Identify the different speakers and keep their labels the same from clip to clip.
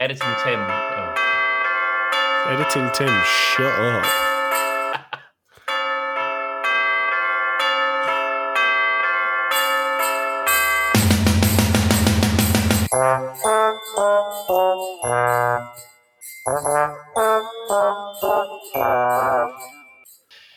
Speaker 1: Editing Tim. Oh.
Speaker 2: Editing Tim, shut up.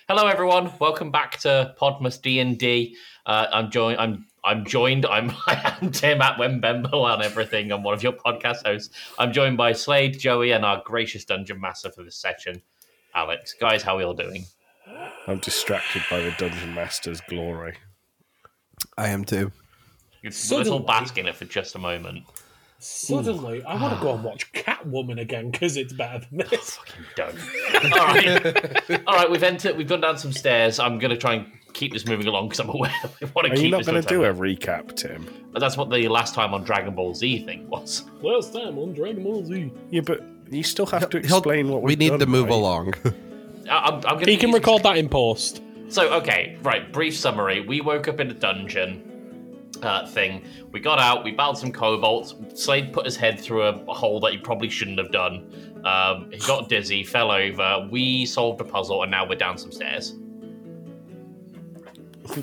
Speaker 1: Hello, everyone. Welcome back to Podmas D and D. Uh, I'm joined. I'm I'm joined. I'm I am Tim at Wembembo and everything. I'm one of your podcast hosts. I'm joined by Slade, Joey, and our gracious dungeon master for this session, Alex. Guys, how are we all doing?
Speaker 2: I'm distracted by the Dungeon Master's glory.
Speaker 3: I am too.
Speaker 1: It's a little
Speaker 4: Suddenly-
Speaker 1: bask in it for just a moment.
Speaker 4: Suddenly, I want to go and watch Catwoman again because it's better than this.
Speaker 1: Done. All right. All right. We've entered. We've gone down some stairs. I'm going to try and keep this moving along because I'm aware we want to
Speaker 2: Are
Speaker 1: keep
Speaker 2: you not
Speaker 1: this
Speaker 2: going
Speaker 1: to
Speaker 2: to
Speaker 1: a
Speaker 2: do
Speaker 1: time.
Speaker 2: a recap, Tim?
Speaker 1: But that's what the last time on Dragon Ball Z thing was.
Speaker 4: Last time on Dragon Ball Z.
Speaker 2: Yeah, but you still have to
Speaker 3: He'll-
Speaker 2: explain what
Speaker 3: we
Speaker 2: we've
Speaker 3: need
Speaker 2: done,
Speaker 3: to move
Speaker 2: right?
Speaker 3: along.
Speaker 1: I, I'm, I'm gonna
Speaker 4: He can
Speaker 1: use-
Speaker 4: record that in post.
Speaker 1: So okay, right. Brief summary: We woke up in a dungeon uh, thing. We got out. We battled some kobolds. Slade put his head through a hole that he probably shouldn't have done. Um, he got dizzy, fell over. We solved a puzzle, and now we're down some stairs.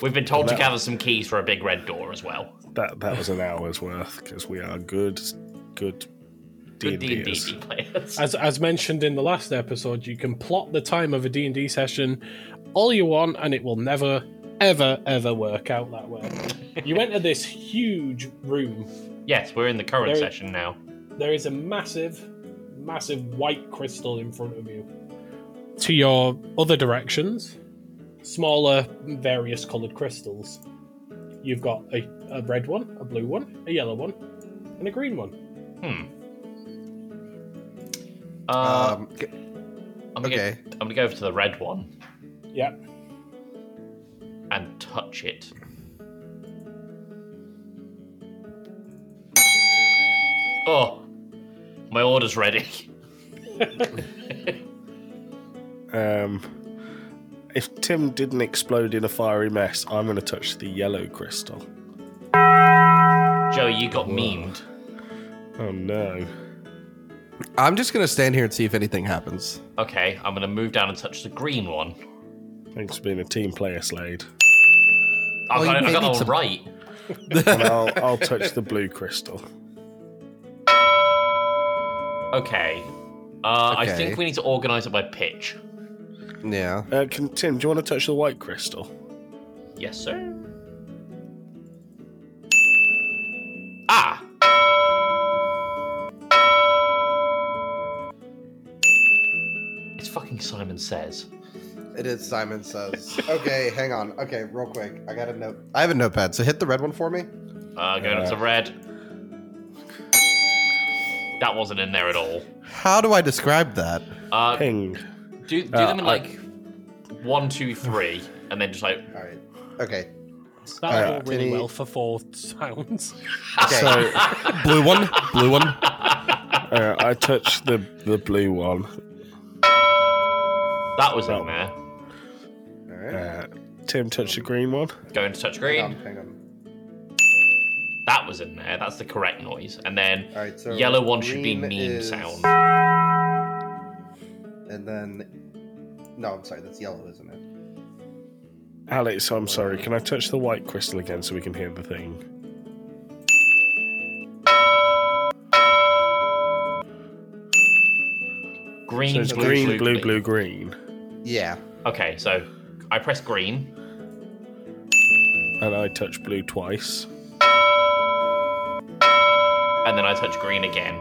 Speaker 1: We've been told to
Speaker 2: Wow.
Speaker 1: gather some keys for a big red door as well.
Speaker 2: That that was an hour's worth because we are good, good
Speaker 1: Good D and
Speaker 2: D&Ders.
Speaker 1: D players.
Speaker 4: As, as mentioned in the last episode, you can plot the time of a D&D session all you want and it will never, ever, ever work out that way. you enter this huge room.
Speaker 1: Yes, we're in the current
Speaker 4: Very-
Speaker 1: session now.
Speaker 4: There is a massive, massive white crystal in front of you. To your other directions, smaller, various coloured crystals. You've got a, a red one, a blue one, a yellow one, and a green one.
Speaker 1: Uh,
Speaker 3: um, g-
Speaker 1: I'm gonna,
Speaker 3: okay.
Speaker 1: I'm gonna go over to the red one
Speaker 4: Yeah.
Speaker 1: and touch it. Oh, my order's ready.
Speaker 2: Um, if Tim didn't explode in a fiery mess, I'm going to touch the yellow crystal.
Speaker 1: Joey, you got memed.
Speaker 2: Oh no!
Speaker 3: I'm just gonna stand here and see if anything happens.
Speaker 1: Okay, I'm gonna move down and touch the green one.
Speaker 2: Thanks for being a team player, Slade.
Speaker 1: I got
Speaker 3: Oh, you
Speaker 1: it. I
Speaker 3: may
Speaker 1: got it
Speaker 3: need
Speaker 1: all
Speaker 3: some-
Speaker 1: right.
Speaker 2: And I'll I'll touch the blue crystal.
Speaker 1: Okay. Uh, I
Speaker 3: Okay.
Speaker 1: think we need to organise it by pitch.
Speaker 3: Yeah.
Speaker 2: Uh, can, Tim, do you want to touch the white crystal?
Speaker 1: Yes, sir. Ah! It's fucking Simon Says.
Speaker 3: It is Simon says. okay, hang on. Okay, real quick. I got a note. I have a notepad, so hit the red one for me.
Speaker 1: Uh, going up to red. That wasn't in there at all.
Speaker 3: How do I describe that?
Speaker 1: Uh,
Speaker 2: Ping.
Speaker 1: do do
Speaker 2: Uh,
Speaker 1: them in
Speaker 2: I-
Speaker 1: like one, two, three, and then just like
Speaker 3: All right. Okay.
Speaker 4: That
Speaker 2: Uh,
Speaker 4: will really
Speaker 3: any-
Speaker 4: well for four sounds.
Speaker 3: Okay.
Speaker 2: So
Speaker 3: blue one. Blue one.
Speaker 2: uh, I touch the the blue one.
Speaker 1: that was in there.
Speaker 3: All right.
Speaker 2: Uh, Tim touched the green one.
Speaker 1: Going to touch
Speaker 3: Hang on.
Speaker 1: green.
Speaker 3: Hang on.
Speaker 1: That was in there. That's the correct noise. And then
Speaker 2: Uh,
Speaker 3: All right. So
Speaker 1: yellow one should be meme
Speaker 3: green is-
Speaker 1: sound.
Speaker 3: And then, no, I'm sorry. That's yellow, isn't it?
Speaker 2: Alex, I'm sorry. Can I touch the white crystal again so we can hear the thing?
Speaker 1: Green,
Speaker 2: So it's
Speaker 1: blue,
Speaker 2: green,
Speaker 1: blue,
Speaker 2: blue, blue, green,
Speaker 3: Yeah.
Speaker 1: Okay, so I press green.
Speaker 2: and I touch blue twice.
Speaker 1: and then I touch green again.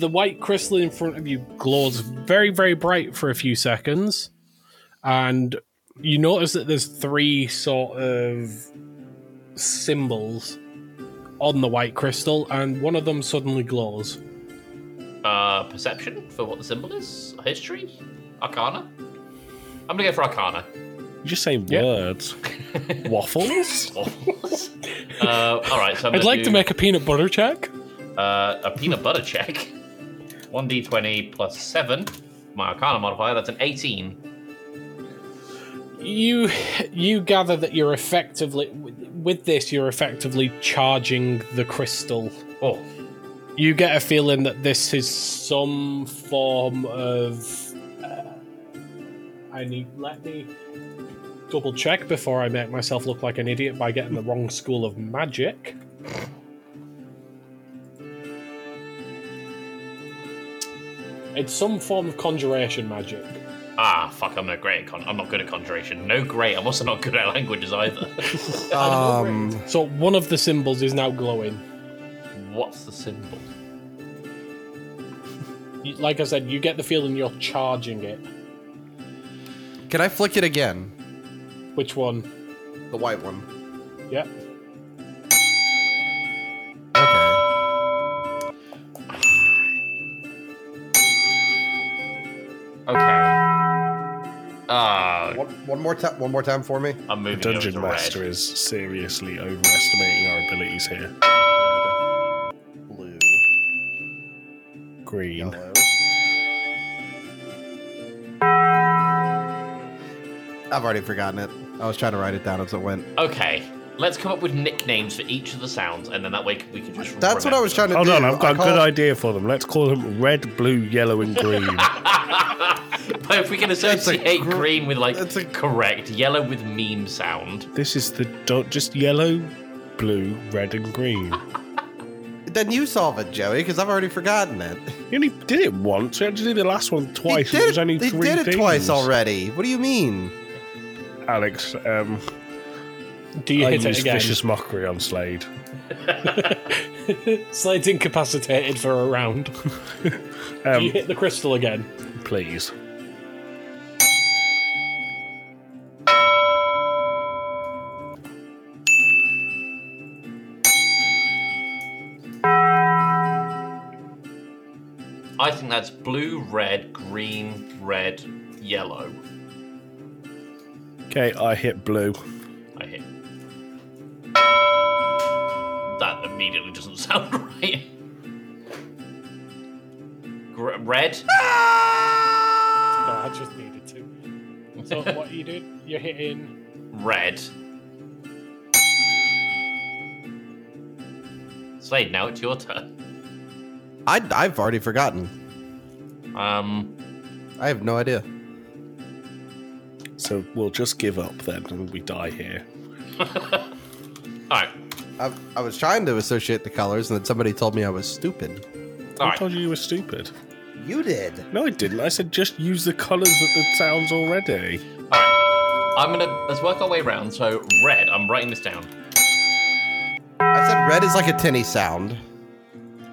Speaker 4: The white crystal in front of you glows very, very bright for a few seconds, and you notice that there's three sort of symbols on the white crystal, and one of them suddenly glows.
Speaker 1: Uh, perception for what the symbol is? History? Arcana? I'm gonna go for Arcana.
Speaker 2: You're just saying
Speaker 4: Yeah.
Speaker 2: words. Waffles.
Speaker 1: uh, alright, so I'm
Speaker 4: I'd
Speaker 1: gonna
Speaker 4: like
Speaker 1: do,
Speaker 4: to make a peanut butter check.
Speaker 1: uh, a peanut butter check. 1d20 plus 7. My Arcana modifier, that's an 18.
Speaker 4: You you gather that you're effectively with this you're effectively charging the crystal
Speaker 1: Oh,
Speaker 4: You get a feeling that this is some form of. Uh, I need. Let me double check before I make myself look like an idiot by getting the wrong school of magic. It's some form of conjuration magic.
Speaker 1: Ah, fuck! I'm no great at con. I'm not good at conjuration. No great. I'm also not good at languages either. Uh,
Speaker 3: Um,
Speaker 4: So one of the symbols is now glowing.
Speaker 1: What's the symbol?
Speaker 4: You- Like I said, you get the feeling you're charging it.
Speaker 3: can I flick it again?
Speaker 4: Which one?
Speaker 3: The white one.
Speaker 4: Yep.
Speaker 3: Okay.
Speaker 1: Okay. Ah,
Speaker 3: One, one more time. One more time for me.
Speaker 1: I'm
Speaker 2: The
Speaker 1: moving over to
Speaker 2: dungeon
Speaker 1: red.
Speaker 2: master is seriously overestimating our abilities here.
Speaker 3: Blue,
Speaker 2: Green.
Speaker 3: yellow. I've already forgotten it. I was trying to write it down as it went.
Speaker 1: Okay, let's come up with nicknames for each of the sounds, and then that way we can just.
Speaker 3: That's what I was trying to
Speaker 2: Hold
Speaker 3: do.
Speaker 2: on, I've got
Speaker 3: I
Speaker 2: a
Speaker 3: call-
Speaker 2: good idea for them. Let's call them red, blue, yellow, and green.
Speaker 1: to. but if we can associate
Speaker 3: gr-
Speaker 1: green with like
Speaker 3: that's a-
Speaker 1: correct, yellow with meme sound.
Speaker 2: this is the dot, just yellow, blue, red, and green.
Speaker 3: Then you solve it, Joey, because I've already forgotten it.
Speaker 2: You only did it once. We had to do the last one twice.
Speaker 3: He
Speaker 2: it
Speaker 3: did
Speaker 2: was only
Speaker 3: he
Speaker 2: three
Speaker 3: did it
Speaker 2: things.
Speaker 3: twice already. What do you mean?
Speaker 2: Alex, um,
Speaker 4: Do you
Speaker 2: I
Speaker 4: hit it
Speaker 2: used
Speaker 4: again?
Speaker 2: vicious mockery on Slade.
Speaker 4: Slade's incapacitated for a round. Do you
Speaker 2: Um,
Speaker 4: hit the crystal again?
Speaker 2: please.
Speaker 1: I think that's blue, red, green, red, yellow.
Speaker 2: Okay, I hit blue.
Speaker 1: I hit. That immediately doesn't sound right. Gr- red?
Speaker 4: No, I just needed to. So what you do? You're hitting.
Speaker 1: Red. Slade, now it's your turn.
Speaker 3: I, I've already forgotten.
Speaker 1: Um,
Speaker 3: I have no idea.
Speaker 2: So we'll just give up then and we die here.
Speaker 1: alright.
Speaker 3: I, I was trying to associate the colors, and then somebody told me I was stupid.
Speaker 2: I
Speaker 1: Alright.
Speaker 2: told you you were stupid.
Speaker 3: You did.
Speaker 2: No, I didn't. I said just use the colours that the sounds already.
Speaker 1: Alright. I'm gonna. Let's work our way around. So, red, I'm writing this down.
Speaker 3: I said red is like a tinny sound.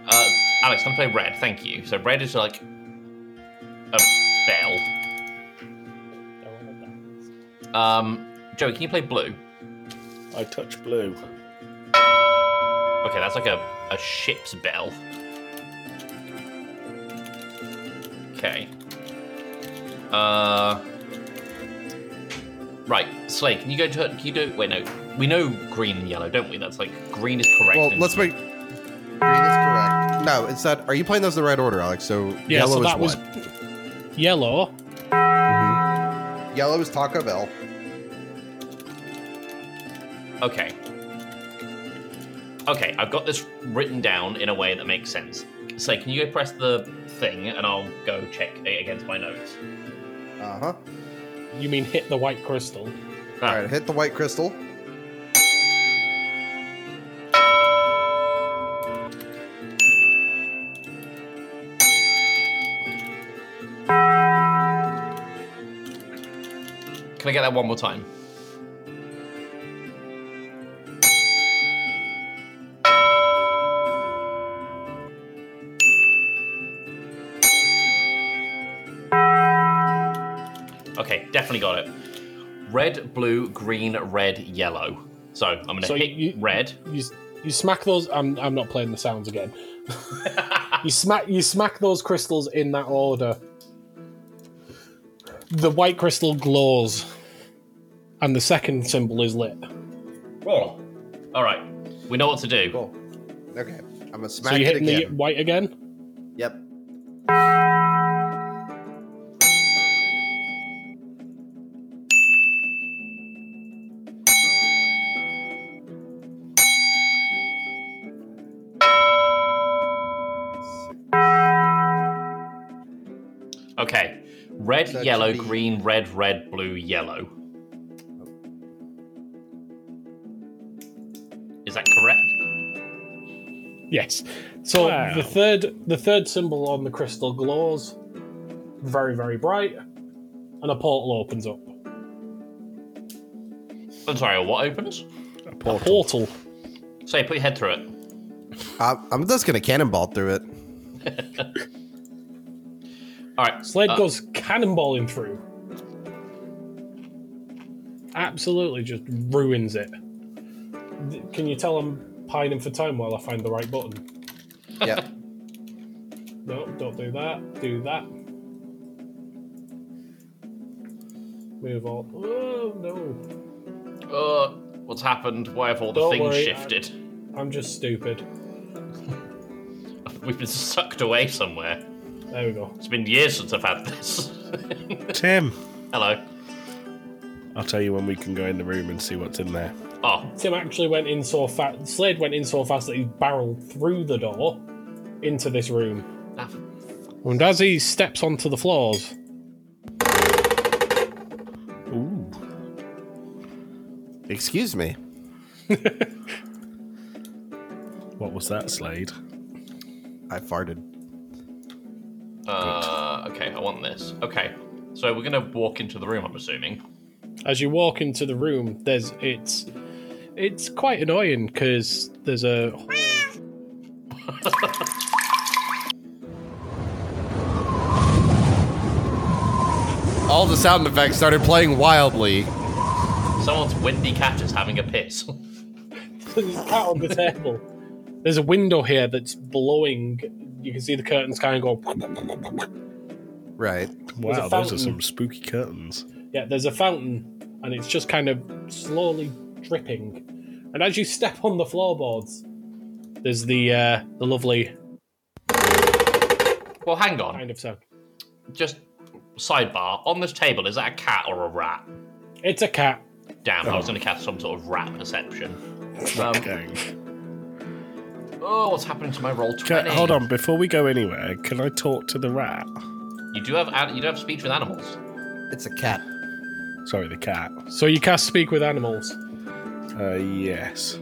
Speaker 1: Uh, Alex, I'm gonna play red. Thank you. So, red is like. a bell. Um, Joey, can you play blue?
Speaker 2: I touch blue.
Speaker 1: Okay, that's like a, a ship's bell. Okay. Uh. Right, Slay, can you go to. Can you do. Wait, no. We know green and yellow, don't we? That's like green is correct.
Speaker 3: Well,
Speaker 1: and-
Speaker 3: let's make. Green is correct. No, it's that. Are you playing those in the right order, Alex? So
Speaker 4: Yeah,
Speaker 3: yellow
Speaker 4: so
Speaker 3: is
Speaker 4: that was
Speaker 3: what?
Speaker 4: yellow.
Speaker 3: Yellow is Taco Bell.
Speaker 1: Okay. Okay, I've got this written down in a way that makes sense. Slay, can you go press the thing and I'll go check a- against my notes?
Speaker 3: Uh huh.
Speaker 4: You mean hit the white crystal?
Speaker 1: Ah,
Speaker 3: All right, hit the white crystal.
Speaker 1: Can I get that one more time? Okay, definitely got it. Red, blue, green, red, yellow. So I'm gonna
Speaker 4: So
Speaker 1: hit
Speaker 4: you-
Speaker 1: red.
Speaker 4: You s- you smack those. I'm I'm not playing the sounds again. you smack you smack those crystals in that order. The white crystal glows, and the second symbol is lit.
Speaker 1: Oh. All right, we know what to do.
Speaker 3: Cool. Okay, I'm gonna
Speaker 4: So
Speaker 3: smack
Speaker 4: you're
Speaker 3: it
Speaker 4: hitting the
Speaker 3: again.
Speaker 4: white again.
Speaker 3: Yep.
Speaker 1: Okay. Red,
Speaker 3: So it
Speaker 1: yellow,
Speaker 3: should be-
Speaker 1: green, red, red, blue, yellow. Is that correct?
Speaker 4: Yes. So
Speaker 2: Wow.
Speaker 4: the third the third symbol on the crystal glows very very bright, and a portal opens up.
Speaker 1: I'm sorry, what opens?
Speaker 2: A
Speaker 4: A
Speaker 2: portal.
Speaker 4: portal.
Speaker 1: So you put your head through it.
Speaker 3: I'm, I'm just gonna cannonball through it.
Speaker 1: All right.
Speaker 4: Slade
Speaker 1: uh,
Speaker 4: goes cannonballing through. Absolutely just ruins it. Th- Can you tell I'm pining for time while I find the right button?
Speaker 3: Yeah.
Speaker 4: No, don't do that. Do that. Move on. Oh no.
Speaker 1: Uh, what's happened? Why have all the
Speaker 4: Don't
Speaker 1: things
Speaker 4: worry, I-
Speaker 1: shifted?
Speaker 4: I'm just stupid.
Speaker 1: We've been sucked away somewhere.
Speaker 4: There we go.
Speaker 1: It's been years since I've had this.
Speaker 2: Tim,
Speaker 1: Hello.
Speaker 2: I'll tell you when we can go in the room and see what's in there.
Speaker 1: Oh,
Speaker 4: Tim actually went in so fast. Slade went in so fast that he barreled through the door into this room.
Speaker 1: that-
Speaker 4: And as he steps onto the floors,
Speaker 2: Ooh.
Speaker 3: Excuse me.
Speaker 2: What was that, Slade?
Speaker 3: I farted.
Speaker 1: uh, okay, I want this. Okay, so we're gonna walk into the room. I'm assuming.
Speaker 4: as you walk into the room, there's it's it's quite annoying because there's a
Speaker 3: All the sound effects started playing wildly.
Speaker 1: Someone's windy cat is having a piss.
Speaker 4: there's a cat on the table. There's a window here that's blowing. You can see the curtains kind of go.
Speaker 3: Right.
Speaker 2: Wow, those are
Speaker 4: fountain.
Speaker 2: some spooky curtains.
Speaker 4: Yeah, there's a fountain, and it's just kind of slowly dripping. And as you step on the floorboards, there's the uh, the lovely
Speaker 1: well, hang on.
Speaker 4: kind of sound.
Speaker 1: Just sidebar. On this table, is that a cat or a rat?
Speaker 4: It's a cat.
Speaker 1: Damn, I was gonna cast some sort of rat perception. Um,
Speaker 2: Okay.
Speaker 1: oh, what's happening to my roll
Speaker 2: Can,
Speaker 1: twenty?
Speaker 2: hold on, before we go anywhere, can I talk to the rat?
Speaker 1: You do have an- you do have speech with animals.
Speaker 3: It's a cat.
Speaker 2: Sorry, the cat.
Speaker 4: So you cast speak with animals,
Speaker 2: Uh, yes.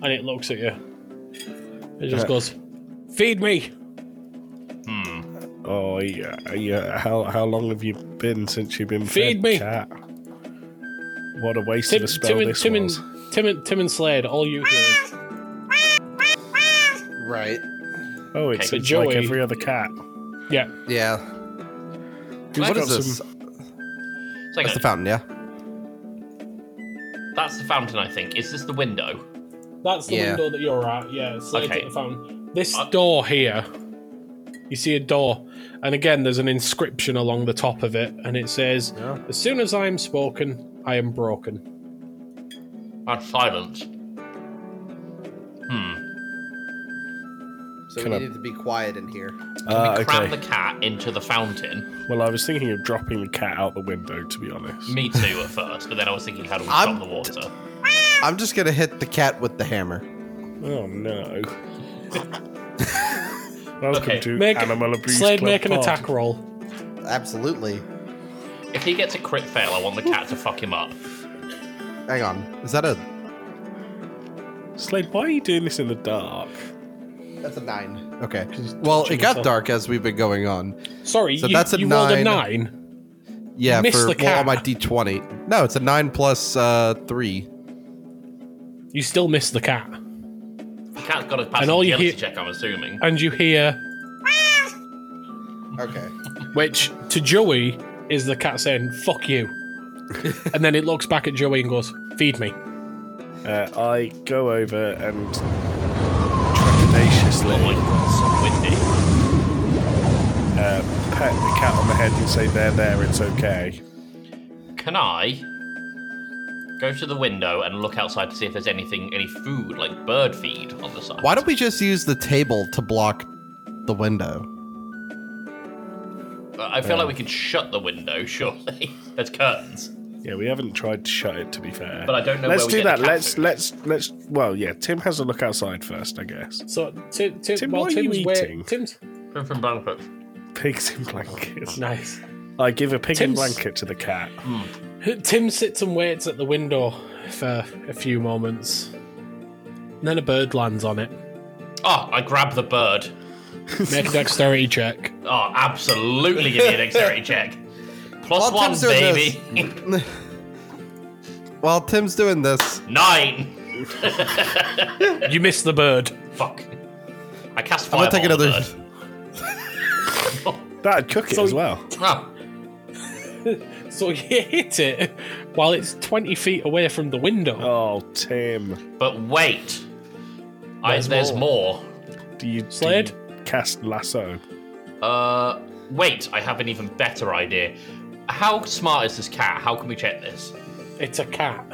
Speaker 4: and it looks at you. It just
Speaker 2: Yeah.
Speaker 4: goes, "Feed me."
Speaker 2: Oh, yeah, yeah. How how long have you been since you've been fed,
Speaker 4: Feed me.
Speaker 2: Cat? What a waste
Speaker 4: Tim,
Speaker 2: of a spell
Speaker 4: Tim, and,
Speaker 2: this
Speaker 4: Tim, and,
Speaker 2: was.
Speaker 4: Tim, and, Tim and Slade, all you hear is
Speaker 3: Right.
Speaker 2: Oh,
Speaker 1: Okay,
Speaker 2: it's, it's
Speaker 4: but
Speaker 2: like
Speaker 4: Joey-
Speaker 2: every other cat.
Speaker 4: yeah.
Speaker 3: Yeah.
Speaker 2: He's
Speaker 3: What
Speaker 2: got
Speaker 3: is this?
Speaker 2: some-
Speaker 1: It's like
Speaker 3: That's
Speaker 1: a-
Speaker 3: the fountain, yeah.
Speaker 1: that's the fountain, I think. Is this the window?
Speaker 4: That's the
Speaker 3: Yeah.
Speaker 4: window that you're at. Yeah, Slade's
Speaker 1: Okay.
Speaker 4: at the fountain. This
Speaker 1: Uh,
Speaker 4: door here, you see a door, and again, there's an inscription along the top of it, and it says,
Speaker 3: Yeah.
Speaker 4: "As soon as I am spoken, I am broken."
Speaker 1: And silence. Hmm.
Speaker 3: So
Speaker 2: Can
Speaker 3: we
Speaker 2: I-
Speaker 3: needed to be quiet in here.
Speaker 2: Ah,
Speaker 1: we cram
Speaker 2: okay.
Speaker 1: the cat into the fountain.
Speaker 2: Well, I was thinking of dropping the cat out the window, to be honest.
Speaker 1: Me too at first, but then I was thinking, how do we
Speaker 3: I'm-
Speaker 1: stop the water?
Speaker 3: I'm just gonna hit the cat with the hammer.
Speaker 2: Oh no. Welcome
Speaker 1: Okay.
Speaker 2: to
Speaker 4: Make-
Speaker 2: Animal Abuse
Speaker 4: Slade,
Speaker 2: Club
Speaker 4: make an
Speaker 2: Pod.
Speaker 4: attack roll.
Speaker 3: Absolutely.
Speaker 1: If he gets a crit fail, I want the cat to fuck him up.
Speaker 3: Hang on. Is that a?
Speaker 2: Slade, why are you doing this in the dark?
Speaker 3: That's a nine. Okay. Well, it got
Speaker 4: yourself.
Speaker 3: dark as we've been going on.
Speaker 4: Sorry,
Speaker 3: So
Speaker 4: you,
Speaker 3: that's a
Speaker 4: you rolled
Speaker 3: nine.
Speaker 4: a nine.
Speaker 3: Yeah.
Speaker 4: missed
Speaker 3: for
Speaker 4: the
Speaker 3: well,
Speaker 4: cat.
Speaker 3: on my d20. No, it's a nine plus uh, three.
Speaker 4: You still miss the cat,
Speaker 1: The cat's got to pass
Speaker 4: And
Speaker 1: an
Speaker 4: all you
Speaker 1: agility
Speaker 4: hear-
Speaker 1: check, I'm assuming.
Speaker 4: and you hear,
Speaker 3: Okay.
Speaker 4: which to Joey is the cat saying, "Fuck you," and then it looks back at Joey and goes, "Feed me."
Speaker 2: Uh, I go over and trepidatiously
Speaker 1: Oh my god, it's so windy.
Speaker 2: uh, pat the cat on the head and say, "There, there, it's okay."
Speaker 1: Can I go to the window and look outside to see if there's anything, any food, like bird feed on the side?
Speaker 3: Why don't we just use the table to block the window?
Speaker 1: I feel like we could shut the window, surely. there's curtains.
Speaker 2: Yeah, we haven't tried to shut it. To be fair,
Speaker 1: But I don't know
Speaker 2: Let's
Speaker 1: where we
Speaker 2: do
Speaker 1: get the
Speaker 2: that.
Speaker 1: cat
Speaker 2: Let's
Speaker 1: food.
Speaker 2: let's let's. Well, yeah. Tim has a look outside first, I guess.
Speaker 4: So Tim, Tim,
Speaker 2: Tim,
Speaker 4: while
Speaker 2: what are you
Speaker 4: Tim's wait-
Speaker 2: eating?
Speaker 4: Tim's
Speaker 1: From from Blankets.
Speaker 2: Pigs in blankets.
Speaker 4: Nice.
Speaker 2: I give a pig in
Speaker 4: Tim's-
Speaker 2: blanket to the cat.
Speaker 4: Tim sits and waits at the window for a few moments. Then a bird lands on it.
Speaker 1: Oh, I grab the bird.
Speaker 4: Make a dexterity check.
Speaker 1: Oh, absolutely give me a dexterity check. Plus
Speaker 3: While
Speaker 1: one,
Speaker 3: Tim's doing
Speaker 1: baby.
Speaker 3: While Tim's doing this,
Speaker 1: Nine.
Speaker 4: You miss the bird.
Speaker 1: Fuck. I cast
Speaker 3: I'm
Speaker 1: fireball.
Speaker 3: gonna take another.
Speaker 1: Bird.
Speaker 2: That'd cook it
Speaker 4: So-
Speaker 2: as well.
Speaker 1: Oh,
Speaker 4: So you hit it while it's 20 feet away from the window.
Speaker 2: Oh, Tim.
Speaker 1: but wait. There's,
Speaker 4: There's
Speaker 1: I, there's more.
Speaker 2: Do you, do
Speaker 4: Slade?
Speaker 2: you cast lasso?
Speaker 1: Uh, wait. I have an even better idea. How smart is this cat? How can we check this?
Speaker 2: Oh.
Speaker 4: It's a cat.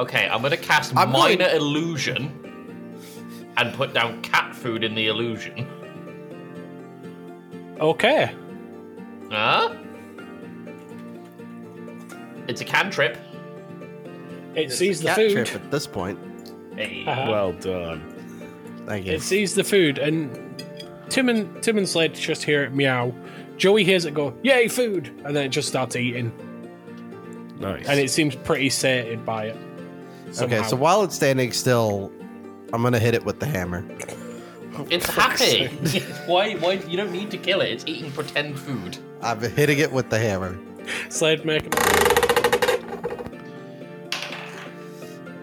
Speaker 1: Okay, I'm gonna cast
Speaker 3: I'm
Speaker 1: minor
Speaker 3: going-
Speaker 1: illusion and put down cat food in the illusion.
Speaker 4: Okay.
Speaker 1: Huh? It's a cantrip.
Speaker 4: It sees the
Speaker 3: Cat
Speaker 4: food.
Speaker 3: trip at this point.
Speaker 1: Hey.
Speaker 4: Uh-huh.
Speaker 2: Well done.
Speaker 3: Thank you.
Speaker 4: It sees the food, and Tim and Tim and Slade just hear it meow. Joey hears it go, "Yay, food!" and then it just starts eating,
Speaker 2: Nice.
Speaker 4: and it seems pretty sated by it.
Speaker 3: okay,
Speaker 4: somehow.
Speaker 3: so while it's standing still, I'm gonna hit it with the hammer.
Speaker 1: It's happy. why? Why? You don't need to kill it. It's eating pretend food.
Speaker 3: I'm hitting it with the hammer.
Speaker 4: Slade making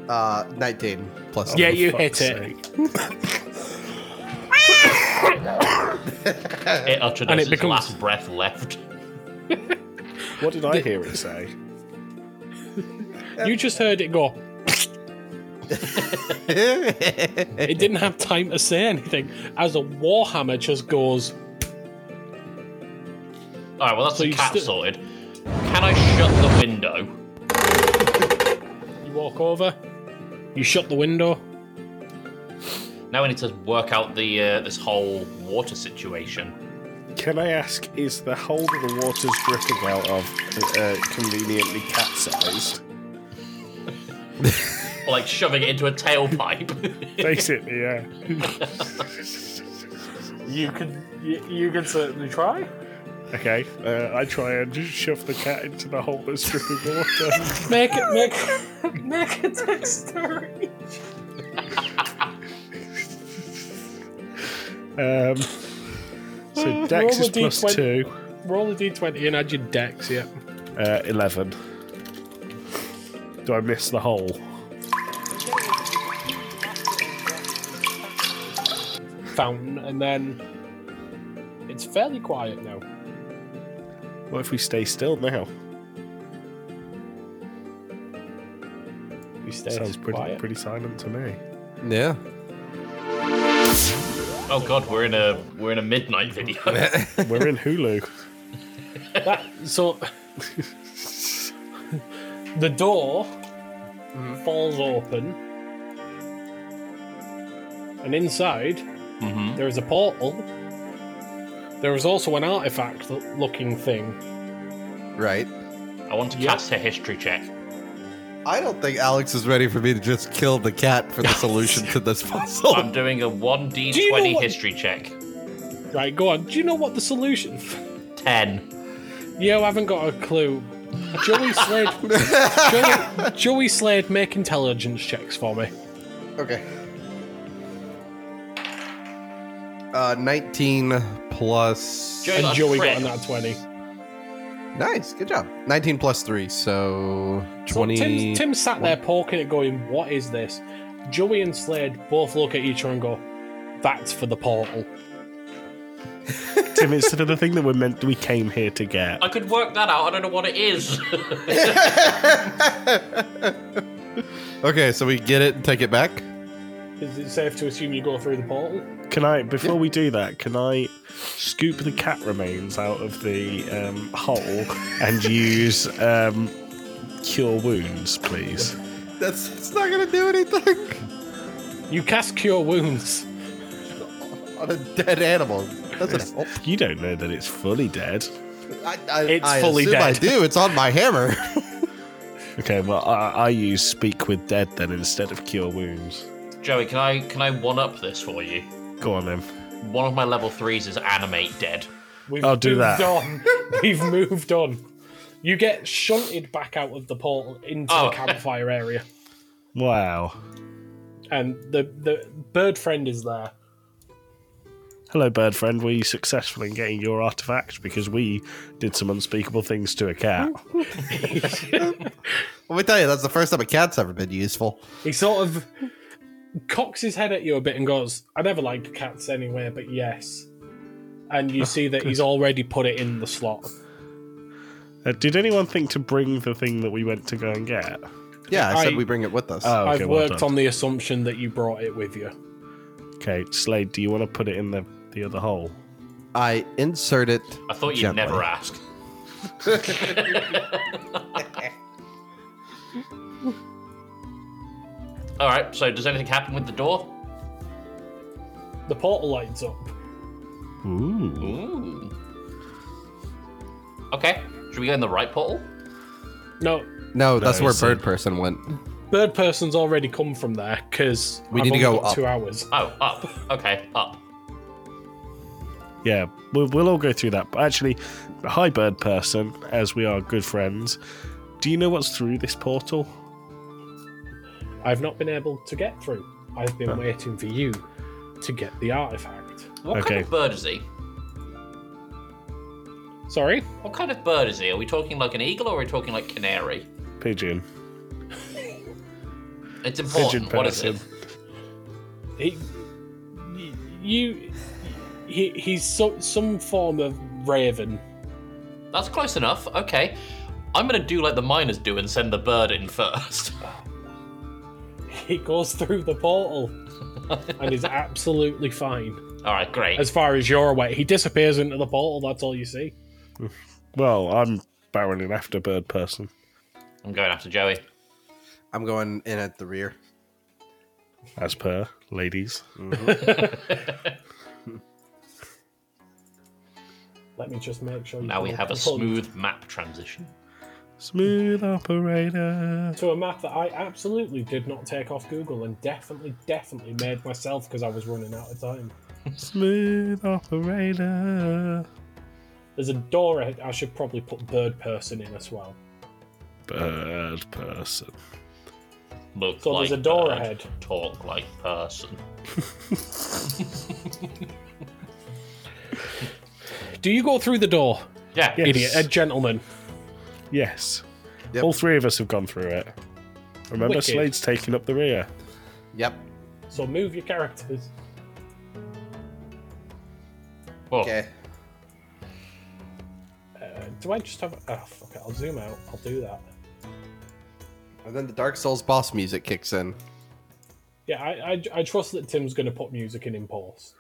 Speaker 3: Uh, 19 plus.
Speaker 4: yeah,
Speaker 2: For
Speaker 4: you
Speaker 2: fuck's
Speaker 4: hit it,
Speaker 2: sake.
Speaker 1: It uttered
Speaker 4: Uh, And
Speaker 1: us its
Speaker 4: it becomes-
Speaker 1: last breath left.
Speaker 2: What did I hear it say?
Speaker 4: you just heard it go. It didn't have time to say anything as a warhammer just goes.
Speaker 1: All right. Well, that's
Speaker 4: So
Speaker 1: the
Speaker 4: you
Speaker 1: cat
Speaker 4: still-
Speaker 1: sorted. Can I shut the window?
Speaker 4: You walk over, you shut the window.
Speaker 1: Now we need to work out the uh, this whole water situation.
Speaker 2: Can I ask, is the hole that the water's dripping out of uh, conveniently cat sized?
Speaker 1: Or like shoving it into a tailpipe.
Speaker 2: Basically, yeah.
Speaker 4: You could, you, you could certainly try.
Speaker 2: Okay, uh, I try and just shove the cat into the hole that's dripping water.
Speaker 4: Make it, make, make a dexterity.
Speaker 2: Um, so Dex
Speaker 4: Roll
Speaker 2: is
Speaker 4: a
Speaker 2: plus
Speaker 4: D20.
Speaker 2: two,
Speaker 4: Roll a d20 and add your dex. Yeah.
Speaker 2: uh, eleven. Do I miss the hole?
Speaker 4: fountain, and then it's fairly quiet now.
Speaker 2: What if we stay still now?
Speaker 4: You stay
Speaker 2: Sounds pretty
Speaker 4: quiet.
Speaker 2: pretty silent to me.
Speaker 3: yeah.
Speaker 1: oh god, we're in a we're in a midnight video.
Speaker 2: We're in Hulu.
Speaker 4: That- so the door falls open, and inside there is a portal. There is also an artifact-looking thing.
Speaker 3: Right.
Speaker 1: I want to
Speaker 4: Yeah.
Speaker 1: cast a history check.
Speaker 3: I don't think Alex is ready for me to just kill the cat for the solution to this puzzle.
Speaker 1: I'm doing a one d
Speaker 4: Do you know
Speaker 1: twenty
Speaker 4: what-
Speaker 1: history check.
Speaker 4: Right, go on. Do you know what the solution?
Speaker 1: Ten.
Speaker 4: Yeah, I haven't got a clue. Joey Slade, Joey, Joey Slade, make intelligence checks for me.
Speaker 3: okay. Uh, 19 plus.
Speaker 1: Joe-
Speaker 4: And
Speaker 1: That's
Speaker 4: Joey
Speaker 1: crit.
Speaker 4: got a nat 20.
Speaker 3: Nice, good job. 19 plus 3, so 20.
Speaker 4: So Tim, Tim sat there poking it, going, "What is this?" Joey and Slade both look at each other and go, "That's for the portal."
Speaker 2: Tim, it's the thing that we meant we came here to get.
Speaker 1: I could work that out. I don't know what it is.
Speaker 3: okay, so we get it and take it back?
Speaker 4: Is it safe to assume you go through the portal?
Speaker 2: Can I, before we do that, can I scoop the cat remains out of the um, hole and use um, cure wounds, please?
Speaker 3: That's, that's not gonna do anything
Speaker 4: You cast cure wounds.
Speaker 3: on a dead animal. That's an,
Speaker 2: You don't know that it's fully dead.
Speaker 3: I, I,
Speaker 4: It's
Speaker 3: I
Speaker 4: fully
Speaker 3: assume I
Speaker 4: dead.
Speaker 3: do. It's on my hammer.
Speaker 2: Okay, well, I, I use speak with dead then instead of cure wounds.
Speaker 1: Joey, can I can I one up this for you?
Speaker 2: Go on then.
Speaker 1: One of my level threes is animate dead.
Speaker 4: We've
Speaker 2: I'll do that.
Speaker 4: moved on. We've moved on. You get shunted back out of the portal into
Speaker 1: Oh.
Speaker 4: the campfire area,
Speaker 2: Wow.
Speaker 4: and the the bird friend is there.
Speaker 2: Hello, bird friend. Were you successful in getting your artifact? Because we did some unspeakable things to a cat.
Speaker 3: Let me tell you, that's the first time a cat's ever been useful.
Speaker 4: He sort of cocks his head at you a bit and goes, "I never liked cats anyway, but yes." And
Speaker 3: Ah,
Speaker 4: you see that he's already put it in the slot.
Speaker 2: Uh, did anyone think to bring the thing that we went to go and get?
Speaker 3: Yeah, I, said
Speaker 4: I-
Speaker 3: we bring it with us.
Speaker 2: Oh, okay,
Speaker 4: I've
Speaker 2: well
Speaker 4: worked
Speaker 2: done.
Speaker 4: on the assumption that you brought it with you.
Speaker 2: Okay, Slade, do you want to put it in the, the other hole?
Speaker 3: I insert it.
Speaker 1: I thought you'd
Speaker 3: Gently.
Speaker 1: never ask. All right. So, does anything happen with the door?
Speaker 4: The portal lights up.
Speaker 2: Ooh.
Speaker 1: Ooh. Okay. Should we go in the right portal?
Speaker 4: No,
Speaker 3: No, that's
Speaker 2: you
Speaker 3: where
Speaker 2: see.
Speaker 3: bird person went.
Speaker 4: Bird person's already come from there because
Speaker 3: We need to go up.
Speaker 4: two hours.
Speaker 1: Oh, up. Okay, up.
Speaker 2: Yeah, we'll, we'll all go through that. But actually, hi, bird person, as we are good friends. Do you know what's through this portal?
Speaker 4: I've not been able to get through. I've been waiting for you to get the artifact.
Speaker 1: What
Speaker 2: Okay.
Speaker 1: kind of bird is he?
Speaker 4: Sorry,
Speaker 1: What kind of bird is he? Are we talking like an eagle or are we talking like canary?
Speaker 2: Pigeon.
Speaker 1: It's important.
Speaker 2: Pigeon
Speaker 1: What is it?
Speaker 4: he, y- you, he, he's so, some form of raven.
Speaker 1: That's close enough. Okay. I'm going to do like the miners do and send the bird in first.
Speaker 4: He goes through the portal and is absolutely fine.
Speaker 1: All right, great.
Speaker 4: As far as you're aware, he disappears into the portal. That's all you see.
Speaker 2: Well, I'm barreling after bird person.
Speaker 1: I'm going after Joey.
Speaker 3: I'm going in at the rear.
Speaker 2: as per ladies.
Speaker 4: Let me just make sure. you
Speaker 1: Now we
Speaker 4: can
Speaker 1: have a
Speaker 4: open up
Speaker 1: smooth map transition.
Speaker 2: Smooth operator.
Speaker 4: to a map that I absolutely did not take off Google and definitely, definitely made myself because I was running out of time.
Speaker 2: Smooth operator.
Speaker 4: There's a door ahead. I should probably put bird person in as well.
Speaker 2: Bird person.
Speaker 1: Look
Speaker 4: So
Speaker 1: like
Speaker 4: there's a door
Speaker 1: bird,
Speaker 4: ahead.
Speaker 1: Talk like person.
Speaker 4: Do you go through the door,
Speaker 1: Yeah.
Speaker 2: Yeah.
Speaker 4: idiot?
Speaker 2: Yes.
Speaker 4: A gentleman.
Speaker 2: Yes.
Speaker 3: Yep.
Speaker 2: All three of us have gone through it. Remember,
Speaker 4: Wicked.
Speaker 2: Slade's taking up the rear.
Speaker 3: Yep.
Speaker 4: So move your characters.
Speaker 1: Whoa.
Speaker 3: Okay.
Speaker 4: Uh, do I just have? Oh, fuck it. I'll zoom out. I'll do that.
Speaker 3: And then the Dark Souls boss music kicks in.
Speaker 4: Yeah, I, I, I trust that Tim's going to put music in in pause.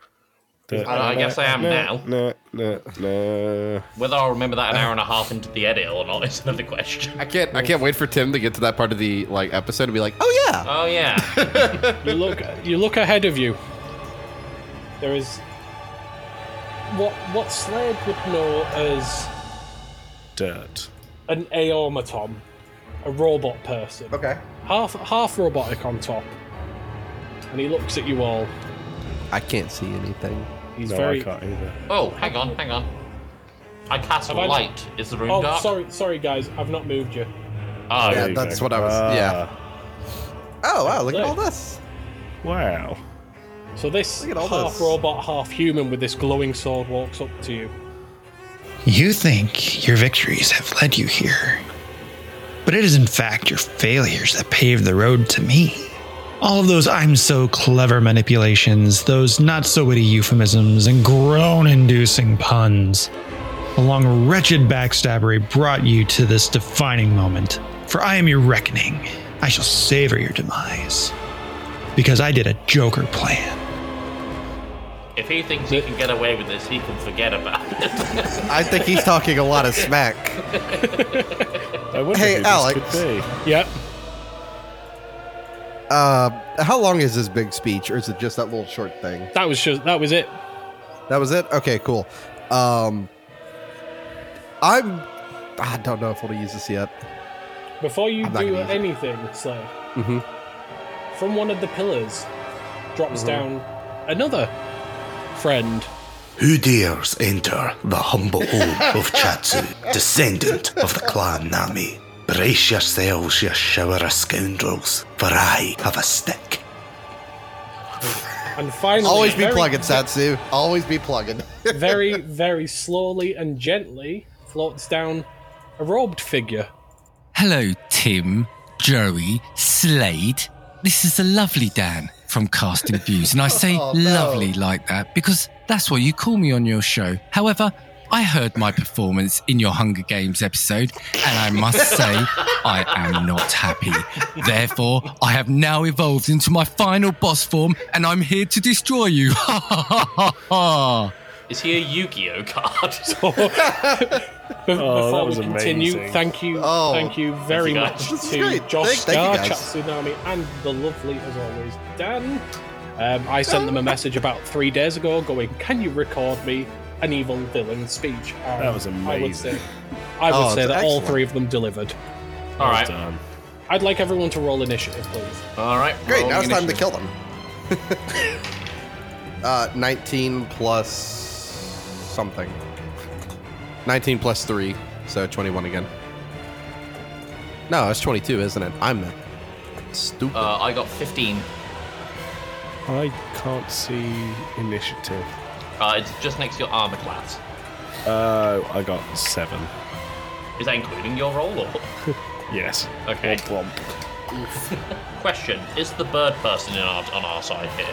Speaker 1: I guess I am
Speaker 2: no,
Speaker 1: now.
Speaker 2: No, no, no.
Speaker 1: Whether I'll remember that an hour and a half into the edit or not is another question.
Speaker 3: I can't. I can't wait for Tim to get to that part of the like episode and be like, "Oh yeah,
Speaker 1: Oh yeah.
Speaker 4: You look you look ahead of you. There is what what Slade would know as
Speaker 2: Dirt.
Speaker 4: an Aormatom, a robot person.
Speaker 3: okay."
Speaker 4: half half robotic on top, and he looks at you all.
Speaker 3: I can't see anything.
Speaker 4: He's
Speaker 2: No,
Speaker 4: very.
Speaker 2: I can't either.
Speaker 1: Oh, hang on, hang on. I cast
Speaker 4: Have I-
Speaker 1: light. Is the room
Speaker 4: Oh,
Speaker 1: dark?
Speaker 4: sorry, sorry guys, I've not moved you.
Speaker 1: Oh,
Speaker 3: Yeah,
Speaker 2: There you
Speaker 3: that's
Speaker 2: go.
Speaker 3: what I was-
Speaker 2: Ah,
Speaker 3: Oh wow! Look at
Speaker 4: Look.
Speaker 3: all this.
Speaker 2: Wow.
Speaker 4: So this
Speaker 3: Look at all
Speaker 4: half
Speaker 3: this.
Speaker 4: robot, half human with this glowing sword walks up to you.
Speaker 5: You think your victories have led you here, but it is in fact your failures that paved the road to me. All of those I'm so clever manipulations, those not so witty euphemisms, and groan inducing puns, along wretched backstabbery, brought you to this defining moment. For I am your reckoning. I shall savor your demise. Because I did a Joker plan.
Speaker 1: If he thinks he can get away with this, he can forget about it.
Speaker 3: I think he's talking a lot of smack.
Speaker 2: I wonder
Speaker 3: Hey,
Speaker 2: who this
Speaker 3: Alex.
Speaker 2: could be.
Speaker 4: Yep.
Speaker 3: Uh, how long is this big speech, or is it just that little short thing?
Speaker 4: That was just that was it.
Speaker 3: That was it. Okay, cool. Um, I'm. I don't know if I want to use this yet.
Speaker 4: Before you
Speaker 3: I'm not
Speaker 4: do
Speaker 3: gonna use it.
Speaker 4: anything, Slade,
Speaker 3: Mhm. Mm-hmm.
Speaker 4: from one of the pillars drops down another friend
Speaker 6: Who dares enter the humble home of Chatsu, descendant of the clan Nami? Brace yourselves, you shower of scoundrels, for I have a stick.
Speaker 4: And finally,
Speaker 3: Always be
Speaker 4: very-
Speaker 3: plugging, Satsu. Always be plugging.
Speaker 4: very, very slowly and gently floats down a robed figure.
Speaker 7: Hello, Tim, Joey, Slade. This is the lovely Dan from Casting Views, and I say
Speaker 3: Oh, no.
Speaker 7: lovely like that because that's what you call me on your show. However, I heard my performance in your Hunger Games episode, and I must say, I am not happy. Therefore, I have now evolved into my final boss form, and I'm here to destroy you. Ha ha ha ha ha!
Speaker 1: Is he a Yu-Gi-Oh card?
Speaker 3: Oh,
Speaker 4: Be-
Speaker 2: Oh,
Speaker 4: Before
Speaker 2: that was
Speaker 4: we continue,
Speaker 2: amazing.
Speaker 4: thank you,
Speaker 3: Oh,
Speaker 4: thank you very
Speaker 1: you,
Speaker 4: much
Speaker 1: guys.
Speaker 3: That's
Speaker 4: to
Speaker 3: great.
Speaker 4: Josh
Speaker 3: Thank- thank
Speaker 4: Star,
Speaker 3: you, guys.
Speaker 4: Tsunami, and the lovely, as always, Dan. Um, I sent them a message about three days ago, going, "Can you record me an evil villain speech?" And
Speaker 2: That was
Speaker 4: I would
Speaker 2: amazing.
Speaker 4: say, I would
Speaker 3: Oh,
Speaker 4: say that
Speaker 3: it's
Speaker 4: all
Speaker 3: excellent.
Speaker 4: three of them delivered.
Speaker 1: All right,
Speaker 2: Done.
Speaker 4: I'd like everyone to roll initiative, please.
Speaker 1: all right.
Speaker 3: Great,
Speaker 1: rolling
Speaker 3: now it's time to
Speaker 1: initiative.
Speaker 3: kill them. uh, 19 plus something. 19 plus 3, so 21 again. No, it's 22, isn't it? I'm the stupid.
Speaker 1: Uh, I got 15.
Speaker 2: I can't see initiative.
Speaker 1: Uh, it's just next to your armor class.
Speaker 2: Uh, I got seven.
Speaker 1: Is that including your roll? Or?
Speaker 2: Yes.
Speaker 1: Okay.
Speaker 2: Womp
Speaker 1: Question: Is the bird person in our, on our side here?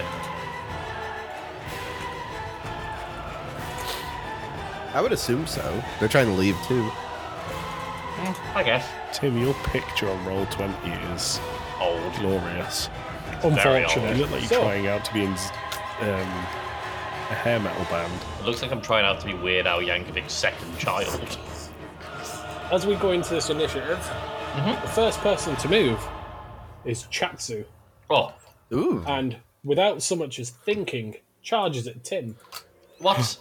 Speaker 3: I would assume so. They're trying to leave too.
Speaker 1: Hmm, I guess.
Speaker 2: womp. Tim, your picture on roll twenty is
Speaker 1: Old.
Speaker 2: glorious.
Speaker 1: Very
Speaker 4: Unfortunate.
Speaker 2: You look like you're
Speaker 4: So-
Speaker 2: trying out to be in um, a hair metal band.
Speaker 1: It looks like I'm trying out to be Weird Al Yankovic's second child.
Speaker 4: As we go into this initiative,
Speaker 2: Mm-hmm.
Speaker 4: the first person to move is Chatsu,
Speaker 1: Oh,
Speaker 3: Ooh.
Speaker 4: and without so much as thinking, charges at Tim.
Speaker 1: what?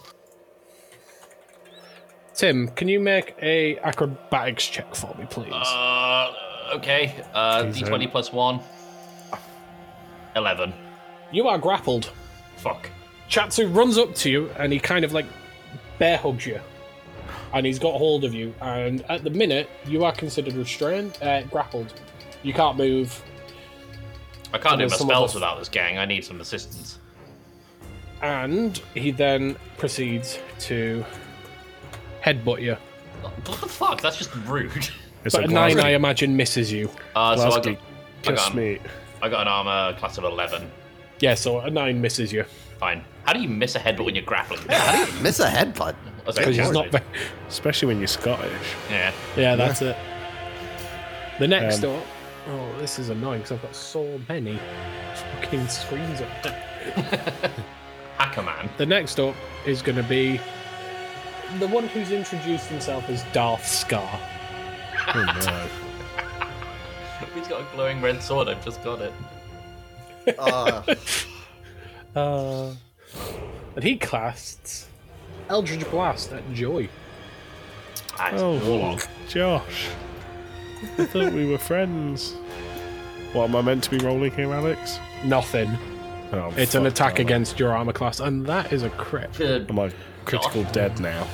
Speaker 4: Tim, can you make a acrobatics check for me, please?
Speaker 1: Uh, okay. Uh,
Speaker 2: He's
Speaker 1: D20
Speaker 2: out.
Speaker 1: plus one. Eleven.
Speaker 4: you are grappled.
Speaker 1: Fuck.
Speaker 4: Chatsu runs up to you and he kind of like bear hugs you, and he's got hold of you. And at the minute, you are considered restrained, uh, grappled. You can't move,
Speaker 1: I can't do
Speaker 4: There's
Speaker 1: my
Speaker 4: some of
Speaker 1: spells
Speaker 4: us-
Speaker 1: without this gang. I need some assistance.
Speaker 4: and he then proceeds to headbutt you.
Speaker 1: Oh, What the fuck? That's just rude.
Speaker 2: It's a
Speaker 4: But a nine, I
Speaker 2: Glasgow-
Speaker 4: imagine, misses you.
Speaker 1: Uh, so I
Speaker 2: Glasgow
Speaker 1: got, I,
Speaker 2: Kiss
Speaker 1: got an,
Speaker 2: me.
Speaker 1: I got an armor class of eleven.
Speaker 4: Yeah, so a nine misses you
Speaker 1: Fine. How do you miss a headbutt when you're grappling?
Speaker 3: Miss a headbutt.
Speaker 1: That's
Speaker 4: because he's not.
Speaker 1: horrible.
Speaker 4: Very...
Speaker 2: Especially when you're Scottish.
Speaker 1: Yeah.
Speaker 4: Yeah, that's it. The next
Speaker 2: Um,
Speaker 4: up. Oh, this is annoying because I've got so many fucking screens up.
Speaker 1: Hacker man.
Speaker 4: The next up is going to be the one who's introduced himself as Darth Scar.
Speaker 2: Oh no.
Speaker 1: He's got a glowing red sword. I've just got it.
Speaker 3: Uh,
Speaker 4: Uh, and he casts Eldritch Blast at Joy.
Speaker 1: Ah, it's
Speaker 2: Oh,
Speaker 1: a warlock.
Speaker 2: Josh. I thought we were friends. What am I meant to be rolling here, Alex?
Speaker 4: Nothing.
Speaker 2: Oh,
Speaker 4: It's an
Speaker 2: fuck,
Speaker 4: attack
Speaker 2: damn it.
Speaker 4: against your armor class, and that is a crit.
Speaker 1: The-
Speaker 2: Am I critical dead now?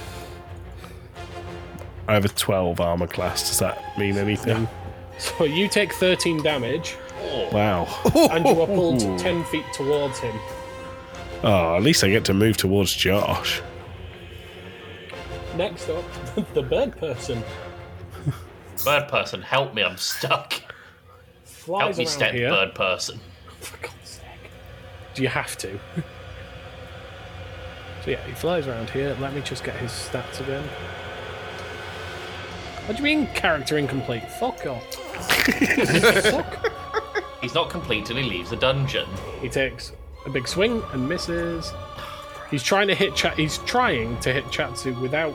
Speaker 2: I have a 12 armor class. Does that mean anything?
Speaker 4: So you take 13 damage,
Speaker 2: Wow.
Speaker 4: and you are pulled
Speaker 2: Ooh.
Speaker 4: 10 feet towards him.
Speaker 2: Oh, at least I get to move towards Josh.
Speaker 4: Next up, the bird person
Speaker 1: Bird person, help me! I'm stuck. Help
Speaker 4: flies
Speaker 1: me,
Speaker 4: around
Speaker 1: step
Speaker 4: here.
Speaker 1: bird person.
Speaker 4: For God's sake. Do you have to? so yeah, he flies around here. Let me just get his stats again. What do you mean character incomplete? Fuck off. Fuck.
Speaker 1: He's not complete till he leaves the dungeon.
Speaker 4: He takes a big swing and misses. He's trying to hit Chat. He's trying to hit Chatsu without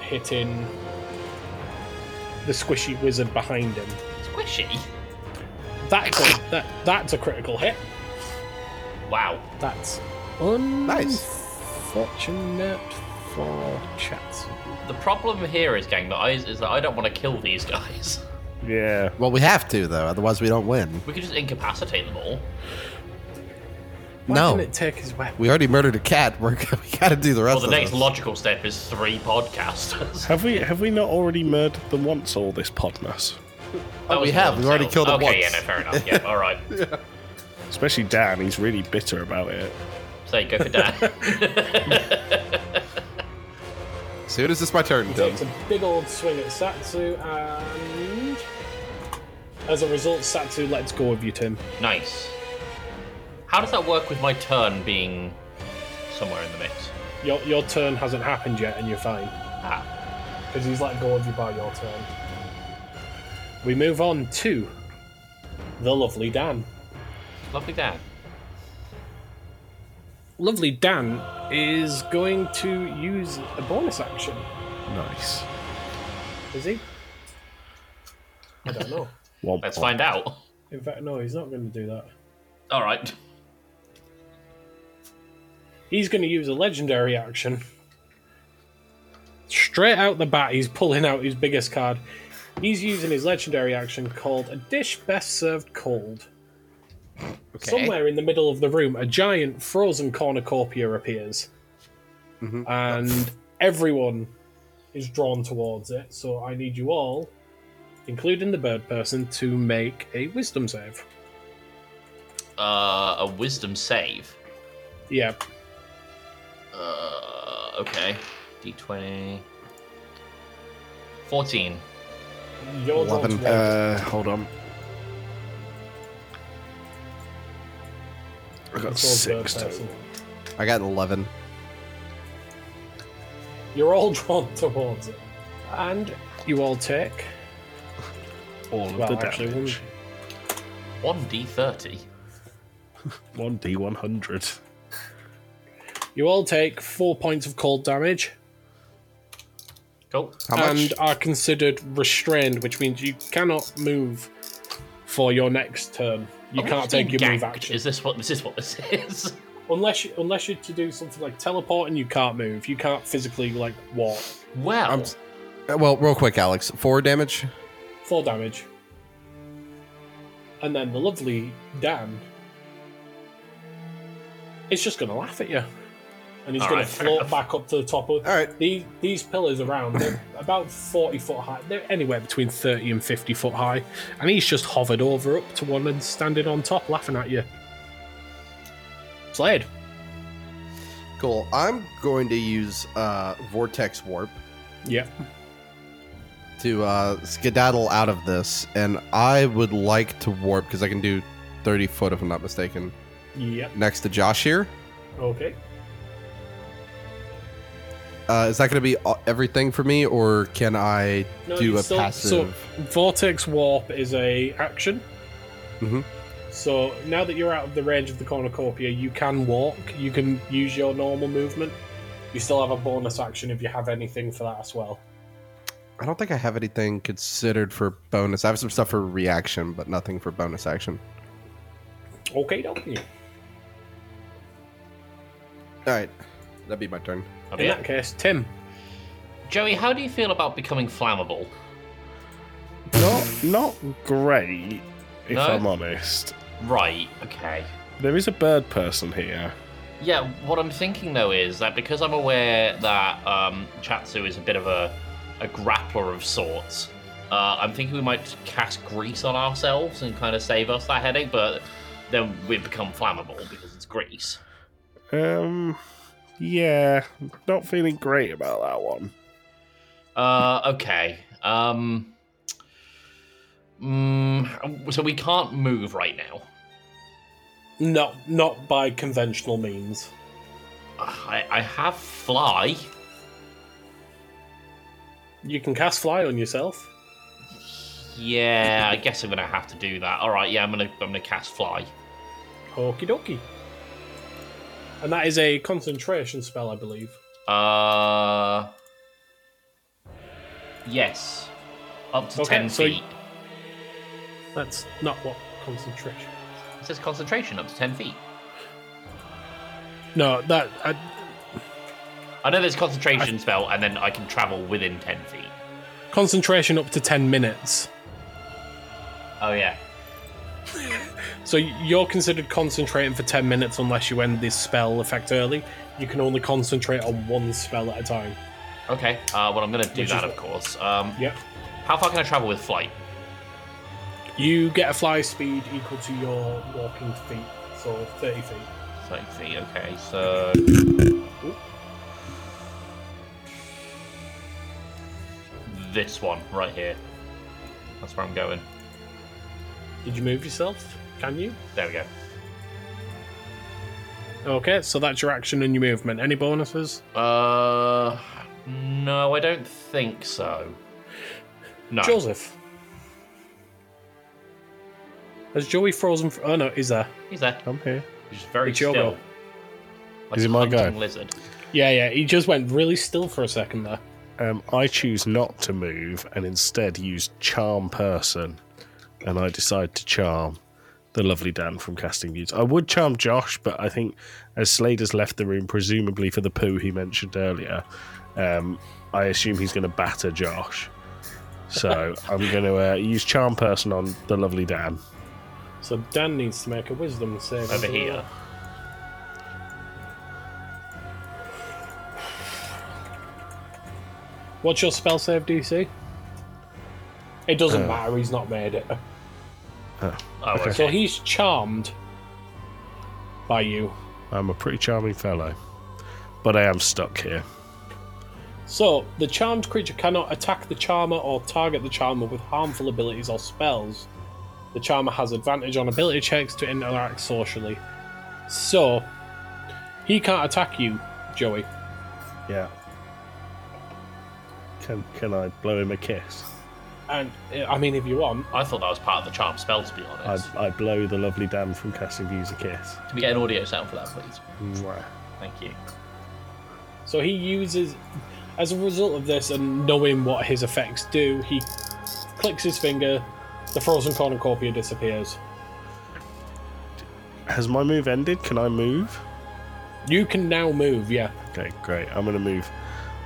Speaker 4: hitting the squishy wizard behind him.
Speaker 1: Squishy.
Speaker 4: That's a, that, that's a critical hit.
Speaker 1: Wow.
Speaker 4: That's
Speaker 3: nice.
Speaker 4: unfortunate for Chatsu.
Speaker 1: The problem here is, gang, that I, is that I don't want to kill these guys.
Speaker 2: Yeah.
Speaker 3: Well, we have to though, otherwise we don't win.
Speaker 1: We could just incapacitate them all.
Speaker 4: Why
Speaker 3: No.
Speaker 4: didn't it take his weapon?
Speaker 3: We already murdered a cat. We're, we got to do the rest
Speaker 1: Well, the
Speaker 3: of
Speaker 1: next
Speaker 3: this.
Speaker 1: logical step is three podcasters.
Speaker 2: Have we have we not already murdered them once all this podmas?
Speaker 1: That
Speaker 3: Oh, we
Speaker 1: was
Speaker 3: have.
Speaker 1: one
Speaker 3: We've already
Speaker 1: sound.
Speaker 3: killed him
Speaker 1: Okay, yeah,
Speaker 3: once.
Speaker 1: no, fair enough. Yeah, all right.
Speaker 2: Especially Dan, he's really bitter about it.
Speaker 1: So go for Dan.
Speaker 3: Soon as it's my turn,
Speaker 4: He
Speaker 3: Tim.
Speaker 4: takes a big old swing at Satsu, and as a result, Satsu lets go of you, Tim.
Speaker 1: nice. How does that work with my turn being somewhere in the mix?
Speaker 4: Your, your turn hasn't happened yet, and you're fine.
Speaker 1: Ah,
Speaker 4: Because he's let go of you by your turn. We move on to the lovely Dan.
Speaker 1: lovely Dan.
Speaker 4: Lovely Dan is going to use a bonus action,
Speaker 2: Nice.
Speaker 4: is he? I don't know.
Speaker 2: Womp
Speaker 1: Let's
Speaker 2: womp.
Speaker 1: find out.
Speaker 4: In fact, no, he's not going to do that.
Speaker 1: All right.
Speaker 4: He's going to use a legendary action. Straight out the bat, he's pulling out his biggest card. He's using his legendary action called a dish best served cold. Somewhere in the middle of the room, a giant frozen cornucopia appears. And everyone is drawn towards it, so I need you all, including the bird person, to make a wisdom save.
Speaker 1: Uh, a wisdom save.
Speaker 4: Yeah,
Speaker 1: Uh, okay. D20. 14.
Speaker 4: you're drawn
Speaker 3: Eleven.
Speaker 4: towards
Speaker 2: Uh, hold on. I got
Speaker 4: it's all bird
Speaker 2: six
Speaker 4: person.
Speaker 2: total.
Speaker 3: I got an 11.
Speaker 4: You're all drawn towards it. And you all take.
Speaker 2: All of
Speaker 4: Well,
Speaker 2: the
Speaker 4: actually, one-
Speaker 2: damage.
Speaker 1: 1d30.
Speaker 2: One D one hundred.
Speaker 4: You all take four points of cold damage
Speaker 1: Cool.
Speaker 3: How much?
Speaker 4: and are considered restrained, which means you cannot move for your next turn. You
Speaker 1: Am I
Speaker 4: can't
Speaker 1: just
Speaker 4: take your
Speaker 1: being
Speaker 4: move
Speaker 1: ganked?
Speaker 4: action
Speaker 1: Is this what this is? What this is?
Speaker 4: unless you, unless you to do something like teleporting. You can't move. You can't physically like walk.
Speaker 1: Well,
Speaker 3: I'm s- Uh, well, real quick, Alex. Four damage.
Speaker 4: Four damage. And then the lovely Dan is just going to laugh at you. And he's
Speaker 1: All
Speaker 4: going
Speaker 1: right,
Speaker 4: to
Speaker 1: fair
Speaker 4: float
Speaker 1: enough.
Speaker 4: back up to the top of.
Speaker 3: All right.
Speaker 4: These, these pillars around, they're about 40 foot high. They're anywhere between 30 and 50 foot high. And he's just hovered over up to one and standing on top, laughing at you. Slade.
Speaker 3: Cool. I'm going to use uh, Vortex Warp
Speaker 4: Yep.
Speaker 3: to uh, skedaddle out of this, and I would like to warp because I can do 30 foot, if I'm not mistaken,
Speaker 4: Yep.
Speaker 3: next to Josh here.
Speaker 4: Okay.
Speaker 3: Uh, is that going to be a- everything for me, or can I
Speaker 4: No,
Speaker 3: do
Speaker 4: it's
Speaker 3: a
Speaker 4: still-
Speaker 3: passive?
Speaker 4: So vortex warp is a action.
Speaker 3: Mhm.
Speaker 4: So now that you're out of the range of the cornucopia, you can walk. You can use your normal movement. You still have a bonus action if you have anything for that as well.
Speaker 3: I don't think I have anything considered for bonus. I have some stuff for reaction, but nothing for bonus action.
Speaker 4: Okay, don't you?
Speaker 3: All right, that'd be my turn.
Speaker 1: I'll be
Speaker 4: In
Speaker 1: it.
Speaker 4: that case, Tim.
Speaker 1: Joey, how do you feel about becoming flammable?
Speaker 2: Not not great, if
Speaker 1: No?
Speaker 2: I'm honest.
Speaker 1: Right. Okay.
Speaker 2: There is a bird person here.
Speaker 1: Yeah, what I'm thinking though is that because I'm aware that um, Chatsu is a bit of a, a grappler of sorts, uh, I'm thinking we might cast grease on ourselves and kind of save us that headache, but then we become flammable because it's grease.
Speaker 2: Um, yeah, not feeling great about that one.
Speaker 1: Uh, okay. Um, mm, so we can't move right now.
Speaker 4: Not not by conventional means.
Speaker 1: I, I have fly.
Speaker 4: You can cast fly on yourself.
Speaker 1: Yeah, I guess I'm gonna have to do that. All right. Yeah, I'm gonna I'm gonna cast fly.
Speaker 4: Okie dokie. And that is a concentration spell, I believe.
Speaker 1: Uh. Yes. Up to
Speaker 4: Okay,
Speaker 1: 10
Speaker 4: so
Speaker 1: feet.
Speaker 4: That's not what concentration.
Speaker 1: It says concentration up to 10 feet.
Speaker 4: No, that uh, I,
Speaker 1: I know there's concentration spell, and then I can travel within 10 feet.
Speaker 4: concentration up to ten minutes.
Speaker 1: Oh, yeah.
Speaker 4: So you're considered concentrating for 10 minutes unless you end this spell effect early. You can only concentrate on one spell at a time.
Speaker 1: Okay. Uh, well, I'm going to do
Speaker 4: Which
Speaker 1: that,
Speaker 4: is-
Speaker 1: of course. Um,
Speaker 4: Yep.
Speaker 1: How far can I travel with flight?
Speaker 4: You get a fly speed equal to your walking feet, so 30 feet.
Speaker 1: 30 feet. Okay, so. This one right here. That's where I'm going.
Speaker 4: Did you move yourself? Can you?
Speaker 1: There we go.
Speaker 4: Okay, so that's your action and your movement. Any bonuses?
Speaker 1: Uh, no, I don't think so. No.
Speaker 4: Joseph. Has Joey frozen? f oh no, he's there.
Speaker 1: He's there.
Speaker 4: I'm here.
Speaker 1: He's very
Speaker 4: It's your
Speaker 1: still.
Speaker 4: go.
Speaker 1: Like
Speaker 2: Is it
Speaker 1: a
Speaker 2: my go?
Speaker 1: hunting Lizard.
Speaker 4: Yeah, yeah, he just went really still for a second there.
Speaker 2: Um, I choose not to move and instead use charm person, and I decide to charm the lovely Dan from Casting Views. I would charm Josh, but I think as Slade has left the room, presumably for the poo he mentioned earlier, um, I assume he's going to batter Josh. So I'm going to uh, use charm person on the lovely Dan.
Speaker 4: So Dan needs to make a wisdom save.
Speaker 1: Over here.
Speaker 4: What's your spell save DC? It doesn't matter. He's not made it.
Speaker 1: Oh, okay.
Speaker 4: So he's charmed by you.
Speaker 2: I'm a pretty charming fellow, but I am stuck here.
Speaker 4: So, the charmed creature cannot attack the charmer or target the charmer with harmful abilities or spells. The charmer has advantage on ability checks to interact socially. So, he can't attack you, Joey.
Speaker 2: Yeah. Can can I blow him a kiss?
Speaker 4: And, uh, I mean, if you want,
Speaker 1: I thought that was part of the charm spell, to be
Speaker 2: I,
Speaker 1: honest.
Speaker 2: I blow the lovely Dan from Casting Views a kiss.
Speaker 1: Can we get an audio sound for that, please?
Speaker 2: Mwah.
Speaker 1: Thank you.
Speaker 4: So he uses, as a result of this and knowing what his effects do, he clicks his finger, the frozen cornucopia disappears.
Speaker 2: Has my move ended? Can I move?
Speaker 4: You can now move, yeah.
Speaker 2: Okay, great. I'm going to move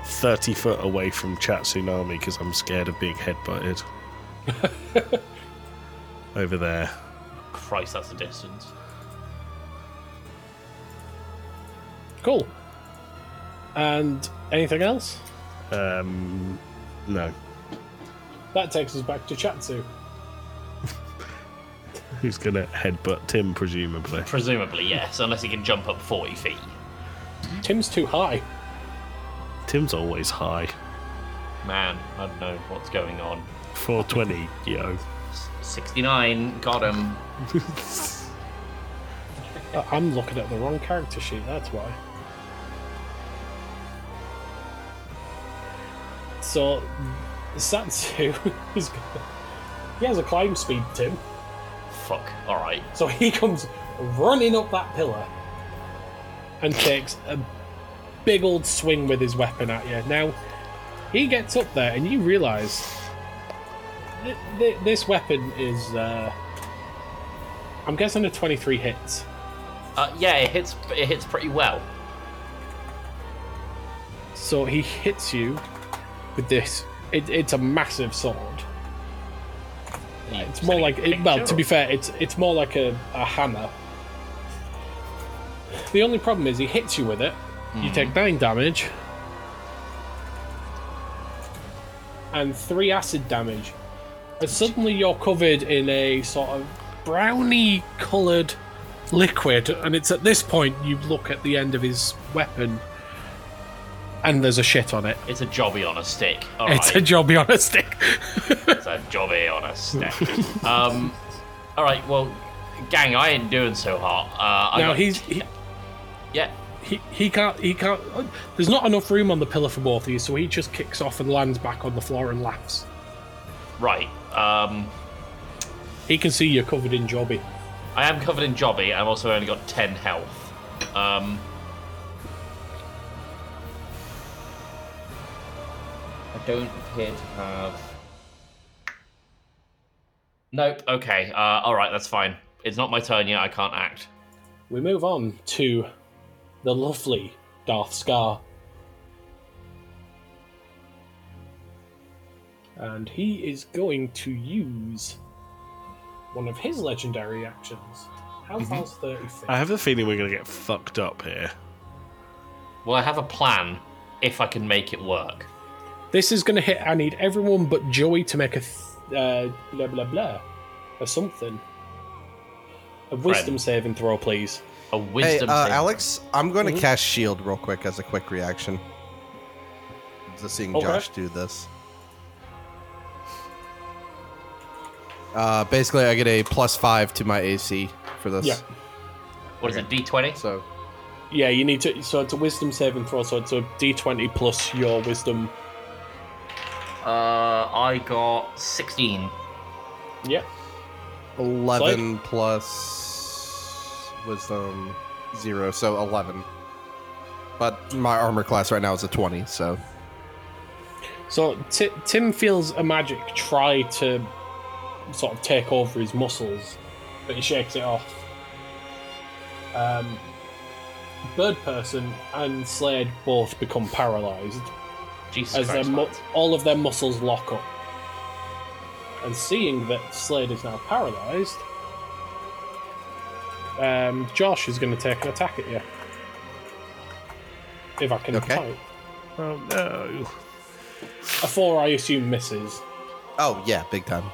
Speaker 2: 30 foot away from Chat Tsunami because I'm scared of being headbutted. Over there.
Speaker 1: Christ, that's the distance.
Speaker 4: Cool. And anything else?
Speaker 2: Um, no.
Speaker 4: That takes us back to Chatsu.
Speaker 2: Who's going to headbutt Tim, presumably?
Speaker 1: Presumably, yes, unless he can jump up 40 feet.
Speaker 4: Tim's too high.
Speaker 2: Tim's always high.
Speaker 1: Man, I don't know what's going on.
Speaker 2: 420, yo.
Speaker 1: 69, got him.
Speaker 4: I- Uh, I'm looking at the wrong character sheet, that's why. So, Satsu is. g- He has a climb speed, Tim.
Speaker 1: Fuck. All right.
Speaker 4: So he comes running up that pillar and takes a big old swing with his weapon at you. Now, he gets up there and you realise th- th- this weapon is. Uh, I'm guessing a 23 hits.
Speaker 1: Uh, yeah, it hits. It hits pretty well.
Speaker 4: So he hits you with this. It, it's a massive sword. It's more like it, well, to be fair, it's it's more like a, a hammer. The only problem is he hits you with it. You take nine damage and three acid damage, and suddenly you're covered in a sort of browny coloured liquid. And it's at this point you look at the end of his weapon, and there's a shit on it.
Speaker 1: It's a jobby on a stick. All right.
Speaker 4: It's a jobby on a stick.
Speaker 1: It's a jobby on a stick. um, all right. Well, gang, I ain't doing so hot. Uh, I
Speaker 4: now
Speaker 1: got-
Speaker 4: he's he,
Speaker 1: yeah.
Speaker 4: he he can't he can't. There's not enough room on the pillar for both of you, so he just kicks off and lands back on the floor and laughs.
Speaker 1: Right. Um,
Speaker 4: He can see you're covered in jobby.
Speaker 1: I am covered in jobby. I've also only got ten health. Um, I don't appear to have. Nope. Okay. Uh, all right. That's fine. It's not my turn yet. I can't act.
Speaker 4: We move on to the lovely Darth Scar. And he is going to use one of his legendary actions. How
Speaker 1: Mm-hmm.
Speaker 4: far's 30 feet?
Speaker 2: I have a feeling we're going to get fucked up here.
Speaker 1: Well, I have a plan if I can make it work.
Speaker 4: This is going to hit. I need everyone but Joey to make a th- uh, blah blah blah, or something. A wisdom saving throw, please.
Speaker 1: A
Speaker 3: Hey,
Speaker 1: wisdom
Speaker 3: uh,
Speaker 1: save.
Speaker 3: Alex, I'm going to
Speaker 4: Mhm.
Speaker 3: cast shield real quick as a quick reaction. Just seeing
Speaker 4: Okay.
Speaker 3: Josh do this. Uh, basically, I get a plus five to my AC for this.
Speaker 4: Yeah.
Speaker 1: What is it? D twenty.
Speaker 3: So
Speaker 4: Yeah, you need to. So it's a wisdom saving throw. So it's a d20 plus your wisdom.
Speaker 1: Uh, I got sixteen.
Speaker 4: Yep.
Speaker 3: 11 plus wisdom zero, so 11. But my armor class right now is a 20, so
Speaker 4: So Ti Tim feels a magic try to sort of take over his muscles, but he shakes it off. Um, Bird Person and Slade both become paralyzed
Speaker 1: Jesus
Speaker 4: as their
Speaker 1: Christ.
Speaker 4: mu-
Speaker 1: Matt.
Speaker 4: all of their muscles lock up. And seeing that Slade is now paralyzed, um, Josh is going to take an attack at you. If I can
Speaker 3: Okay.
Speaker 4: type.
Speaker 2: Oh no!
Speaker 4: A four, I assume, misses.
Speaker 3: oh yeah, big time.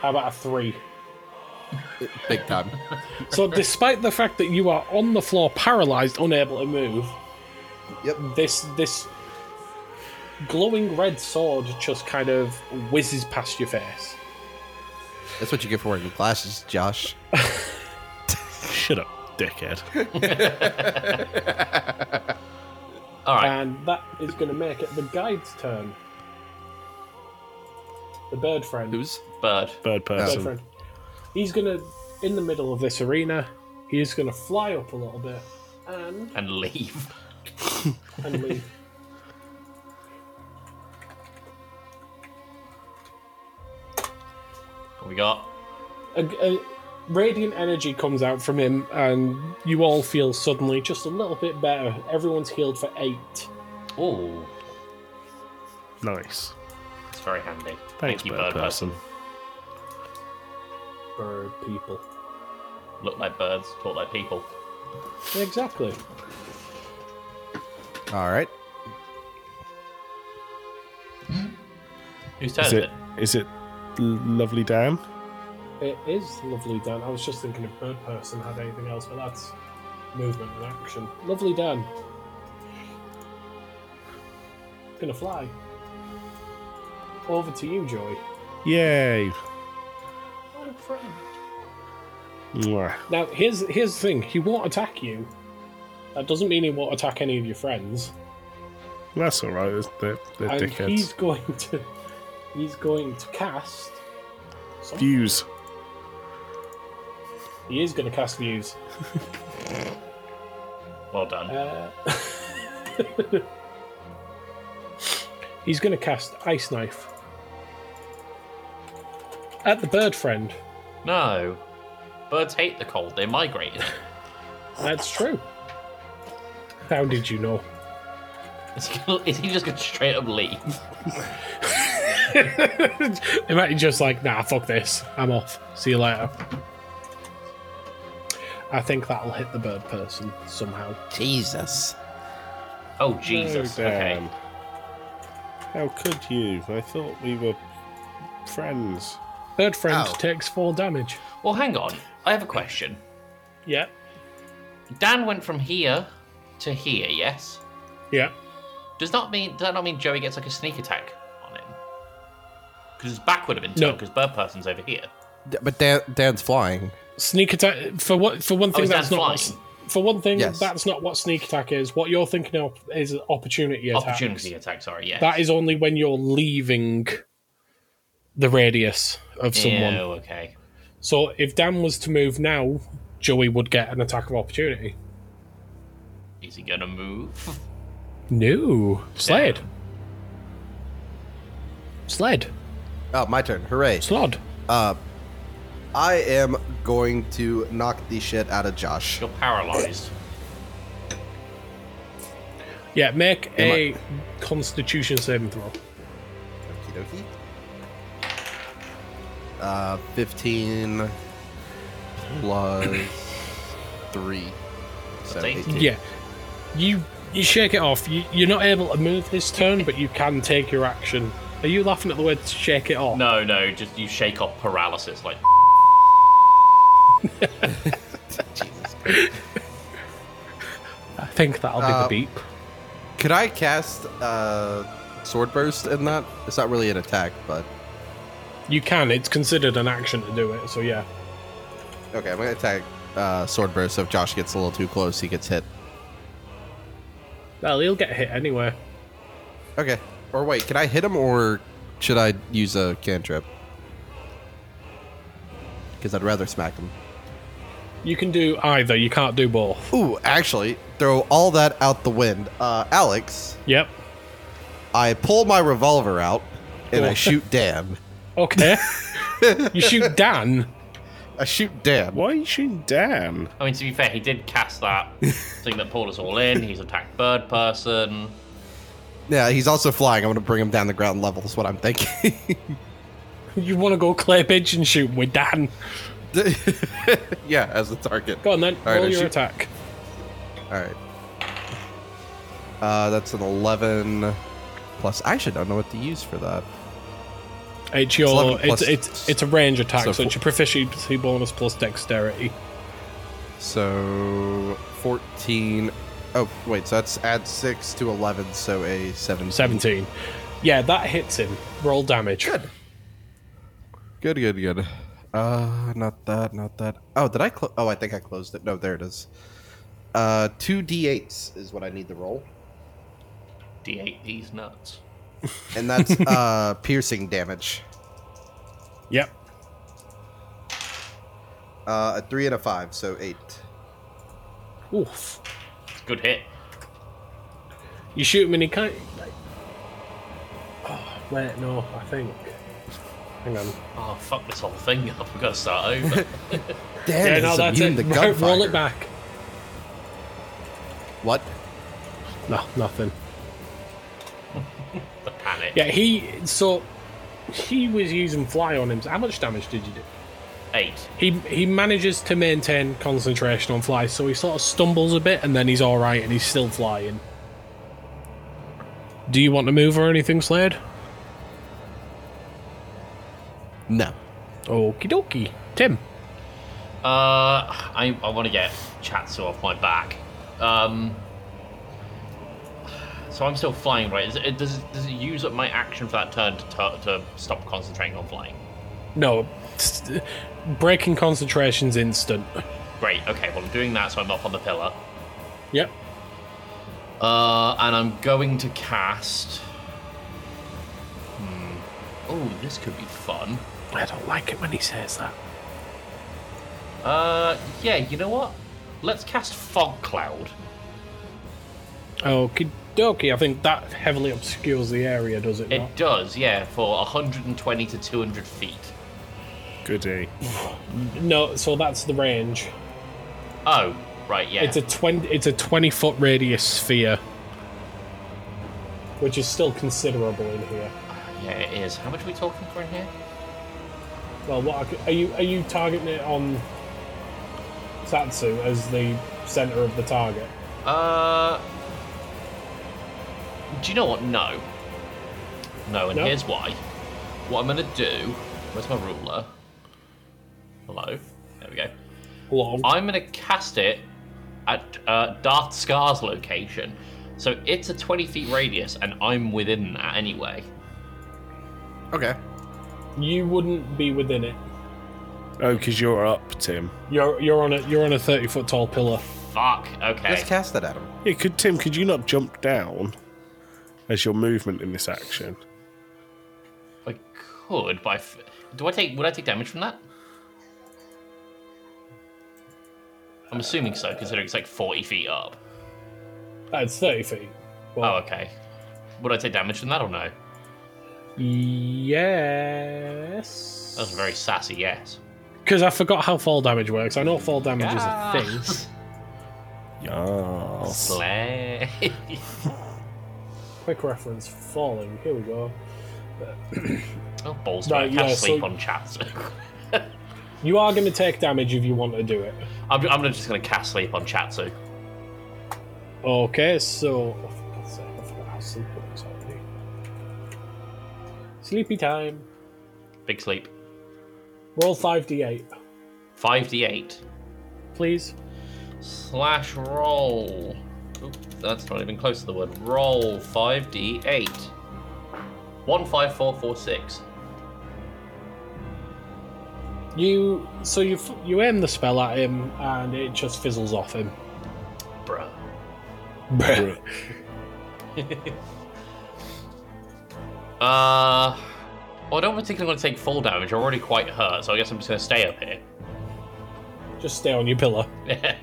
Speaker 4: How about a three?
Speaker 3: Big time.
Speaker 4: So, despite the fact that you are on the floor, paralyzed, unable to move,
Speaker 3: Yep.
Speaker 4: this this glowing red sword just kind of whizzes past your face.
Speaker 3: That's what you get for wearing glasses, Josh.
Speaker 2: Shut up, dickhead.
Speaker 1: All right.
Speaker 4: And that is going to make it the guide's turn. The bird friend.
Speaker 3: Who's?
Speaker 1: Bird.
Speaker 2: Bird
Speaker 4: bird
Speaker 2: person.
Speaker 4: friend. He's going to, in the middle of this arena, he is going to fly up a little bit and,
Speaker 1: And leave.
Speaker 4: and leave.
Speaker 1: What we got?
Speaker 4: a, a radiant energy comes out from him, and you all feel suddenly just a little bit better. Everyone's healed for eight.
Speaker 1: Oh,
Speaker 2: Nice.
Speaker 1: that's very handy.
Speaker 2: Thanks,
Speaker 1: Thank you,
Speaker 2: bird,
Speaker 1: bird
Speaker 2: person.
Speaker 4: Bird people.
Speaker 1: Look like birds, talk like people.
Speaker 4: Exactly.
Speaker 3: All right.
Speaker 1: Whose turn is
Speaker 2: Is it?
Speaker 1: it?
Speaker 2: Is it l- lovely Dan?
Speaker 4: It is lovely, Dan. I was just thinking if Bird Person had anything else, but that's movement and action. Lovely, Dan. Gonna fly. Over to you, Joey.
Speaker 2: Yay! Mwah.
Speaker 4: Now, here's here's the thing. He won't attack you. That doesn't mean he won't attack any of your friends.
Speaker 2: That's all right. They're, they're
Speaker 4: and
Speaker 2: dickheads.
Speaker 4: he's going to he's going to cast some-
Speaker 2: Views.
Speaker 4: he is going to cast views
Speaker 1: Well done.
Speaker 4: uh, he's going to cast ice knife at the bird friend
Speaker 1: No. Birds hate the cold. They migrated.
Speaker 4: that's true how did you know
Speaker 1: Is he, gonna, is he just going to straight up leave?
Speaker 4: they might be just like nah fuck this i'm off see you later i think that'll hit the bird person somehow
Speaker 3: Jesus.
Speaker 1: Oh, Jesus.
Speaker 2: Oh,
Speaker 1: okay.
Speaker 2: Dan. How could you? I thought we were friends.
Speaker 4: bird friend
Speaker 1: Oh.
Speaker 3: Ow.
Speaker 4: takes four damage
Speaker 1: Well, hang on. I have a question.
Speaker 4: yeah
Speaker 1: Dan went from here to here, yes?
Speaker 4: yeah
Speaker 1: Does not mean does that not mean Joey gets like a sneak attack on him? Because his back would have been
Speaker 4: No.
Speaker 1: turned because bird person's over here.
Speaker 3: D- but Dan, Dan's flying.
Speaker 4: sneak attack for what for one thing
Speaker 1: Oh, is that
Speaker 4: that's not what-
Speaker 1: flying?
Speaker 4: for one thing
Speaker 3: Yes.
Speaker 4: that's not what sneak attack is what you're thinking of is an opportunity attack
Speaker 1: Opportunity attack, sorry, yes.
Speaker 4: that is only when you're leaving the radius of someone
Speaker 1: Ew, okay.
Speaker 4: so if dan was to move now joey would get an attack of opportunity
Speaker 1: Is he gonna move?
Speaker 4: no sled sled
Speaker 3: Oh, my turn. Hooray.
Speaker 4: slod
Speaker 3: I am going to knock the shit out of Josh.
Speaker 1: You're paralyzed.
Speaker 4: yeah make
Speaker 3: Am
Speaker 4: a constitution saving throw
Speaker 3: Okie dokie. Uh, 15 plus 3. So
Speaker 1: That's 18.
Speaker 3: 18.
Speaker 4: Yeah. You you shake it off. You, you're not able to move this turn, but you can take your action. Are you laughing at the word shake it off?
Speaker 1: No, no, just you shake off paralysis like.
Speaker 4: I think that'll be
Speaker 3: Uh,
Speaker 4: the beep.
Speaker 3: Could I cast uh, Sword Burst in that? It's not really an attack, but.
Speaker 4: You can. It's considered an action to do it. So yeah.
Speaker 3: Okay, I'm going to attack uh, Sword Burst. So if Josh gets a little too close, he gets hit.
Speaker 4: Well, he'll get hit anyway.
Speaker 3: Okay. Or wait, can I hit him or should I use a cantrip? Because I'd rather smack him.
Speaker 4: You can do either. You can't do both.
Speaker 3: Ooh, actually, throw all that out the wind. Uh, Alex,
Speaker 4: Yep.
Speaker 3: I pull my revolver out and I
Speaker 4: Cool.
Speaker 3: shoot Dan.
Speaker 4: Okay. you shoot Dan.
Speaker 3: I shoot Dan.
Speaker 2: Why are you shooting Dan?
Speaker 1: I mean, to be fair, he did cast that thing that pulled us all in. He's attacked bird person.
Speaker 3: Yeah, he's also flying. I'm going to bring him down the ground level, is what I'm thinking.
Speaker 4: You want to go clear pigeon shoot with Dan?
Speaker 3: yeah, as the target.
Speaker 4: Go on then.
Speaker 3: right,
Speaker 4: roll
Speaker 3: I
Speaker 4: your
Speaker 3: shoot.
Speaker 4: attack.
Speaker 3: All right. Uh, that's an 11 plus. I actually don't know what to use for that.
Speaker 4: It's
Speaker 3: It's
Speaker 4: your.
Speaker 3: 11
Speaker 4: It's
Speaker 3: plus-
Speaker 4: it's it's a range attack,
Speaker 3: so
Speaker 4: so, it's your proficiency bonus plus dexterity.
Speaker 3: So 14. Oh, wait, so that's add 6 to 11, so a 7.
Speaker 4: 17. Yeah, that hits him. Roll damage. Good.
Speaker 3: Good, good, good. Uh, not that, not that. Oh, did I close? Oh, I think I closed it. No, there it is. Uh, two d8s is what I need to roll,
Speaker 1: D8, these nuts.
Speaker 3: and that's uh piercing damage.
Speaker 4: Yep.
Speaker 3: Uh, a three and a five, so eight.
Speaker 4: Oof.
Speaker 1: It's a good hit.
Speaker 4: You shoot him and he can't. Like... Oh, wait, no, I think. Hang on.
Speaker 1: Oh, fuck this whole thing up. We've got to start over.
Speaker 3: Damn,
Speaker 4: yeah, no, that's it. Right, roll it back.
Speaker 3: What?
Speaker 4: No, nothing.
Speaker 1: the panic.
Speaker 4: Yeah, he. So. He was using fly on him. How much damage did you do?
Speaker 1: Eight.
Speaker 4: He he manages to maintain concentration on flies, so he sort of stumbles a bit, and then he's all right, and he's still flying. Do you want to move or anything, Slade?
Speaker 3: No.
Speaker 4: Okie dokie, Tim.
Speaker 1: Uh, I, I want to get Chatsu off my back. Um, so I'm still flying, right? Is it, does, it, does it use up my action for that turn to, tu- to stop concentrating on flying?
Speaker 4: No, st- breaking concentration's instant.
Speaker 1: Great. Okay. Well, I'm doing that, so I'm up on the pillar.
Speaker 4: Yep.
Speaker 1: Uh, and I'm going to cast. Hmm. Oh, this could be fun.
Speaker 4: I don't like it when he says that.
Speaker 1: Uh, yeah. You know what? Let's cast fog cloud.
Speaker 4: Okie dokie, I think that heavily obscures the area, does it?
Speaker 1: It
Speaker 4: not?
Speaker 1: does, yeah, for 120 to 200 feet.
Speaker 2: Goody.
Speaker 4: No, so that's the range.
Speaker 1: Oh, right, yeah.
Speaker 4: It's a twenty. It's a twenty foot radius sphere, which is still considerable in here.
Speaker 1: Yeah, it is. How much are we talking for in here?
Speaker 4: Well, what I c- are you are you targeting it on Satsu as the center of the target?
Speaker 1: Uh. Do you know what? No. No, and
Speaker 4: No?
Speaker 1: here's why. What I'm gonna do. Where's my ruler? Hello? There we go.
Speaker 4: Long.
Speaker 1: I'm going to cast it at uh, Darth Scar's location. So it's a 20 feet radius, and I'm within that anyway.
Speaker 3: Okay.
Speaker 4: You wouldn't be within it.
Speaker 2: Oh, because you're up, Tim.
Speaker 4: You're you're on a you're on a thirty foot tall pillar.
Speaker 1: Fuck, okay.
Speaker 3: Just cast that at him.
Speaker 2: Yeah, could Tim? Could you not jump down as your movement in this action?
Speaker 1: I could, but I f- do I take, would I take damage from that? I'm assuming so, considering it's like 40 feet up.
Speaker 4: That's thirty feet.
Speaker 1: Oh, okay. Would I take damage from that or no?
Speaker 4: Yes.
Speaker 1: That was a very sassy yes.
Speaker 4: Because I forgot how fall damage works. I know fall damage is a thing.
Speaker 2: Yes.
Speaker 1: Slay.
Speaker 4: Quick reference: falling. Here we go.
Speaker 1: Oh, balls!
Speaker 4: Right,
Speaker 1: I can't
Speaker 4: yeah,
Speaker 1: sleep
Speaker 4: so-
Speaker 1: on chats.
Speaker 4: You are going to take damage if you want to do it.
Speaker 1: I'm, I'm just going to cast sleep on Chatsu.
Speaker 4: Okay, so. Oh, for God's sake, I forgot how sleep works already. Sleepy time.
Speaker 1: Big sleep.
Speaker 4: Roll 5d8,
Speaker 1: 5d8
Speaker 4: please.
Speaker 1: slash roll. Oop, that's not even close to the word. Roll 5d8. 15446.
Speaker 4: You. So you f- you aim the spell at him and it just fizzles off him.
Speaker 1: Bruh. Uh, well, I don't think I'm going to take full damage. I'm already quite hurt, so I guess I'm just going to stay up
Speaker 4: Just stay on your pillar.
Speaker 1: here.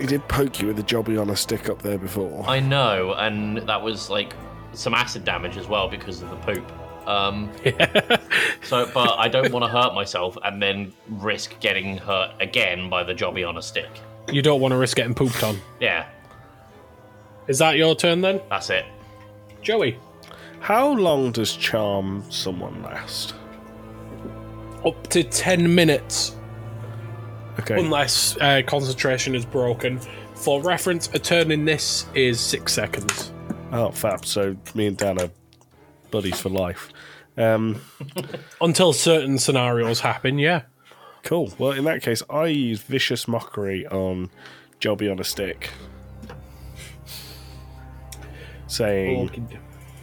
Speaker 2: He did poke you with a jobby on a stick up there before.
Speaker 1: I know, and that was like some acid damage as well because of the poop. Um, so, but I don't want to hurt myself and then risk getting hurt again by the jobby on a stick.
Speaker 4: You don't want to risk getting pooped on.
Speaker 1: Yeah,
Speaker 4: Is that your turn then?
Speaker 1: that's it.
Speaker 4: Joey.
Speaker 2: How long does charm someone last?
Speaker 4: Up to 10 minutes,
Speaker 2: Okay.
Speaker 4: unless uh, concentration is broken. For reference, a turn in this is six seconds.
Speaker 2: oh, fab. So me and Dan are buddies for life. Um,
Speaker 4: Until certain scenarios happen, yeah.
Speaker 2: cool. Well, in that case, I use vicious mockery on jobby on a stick, saying,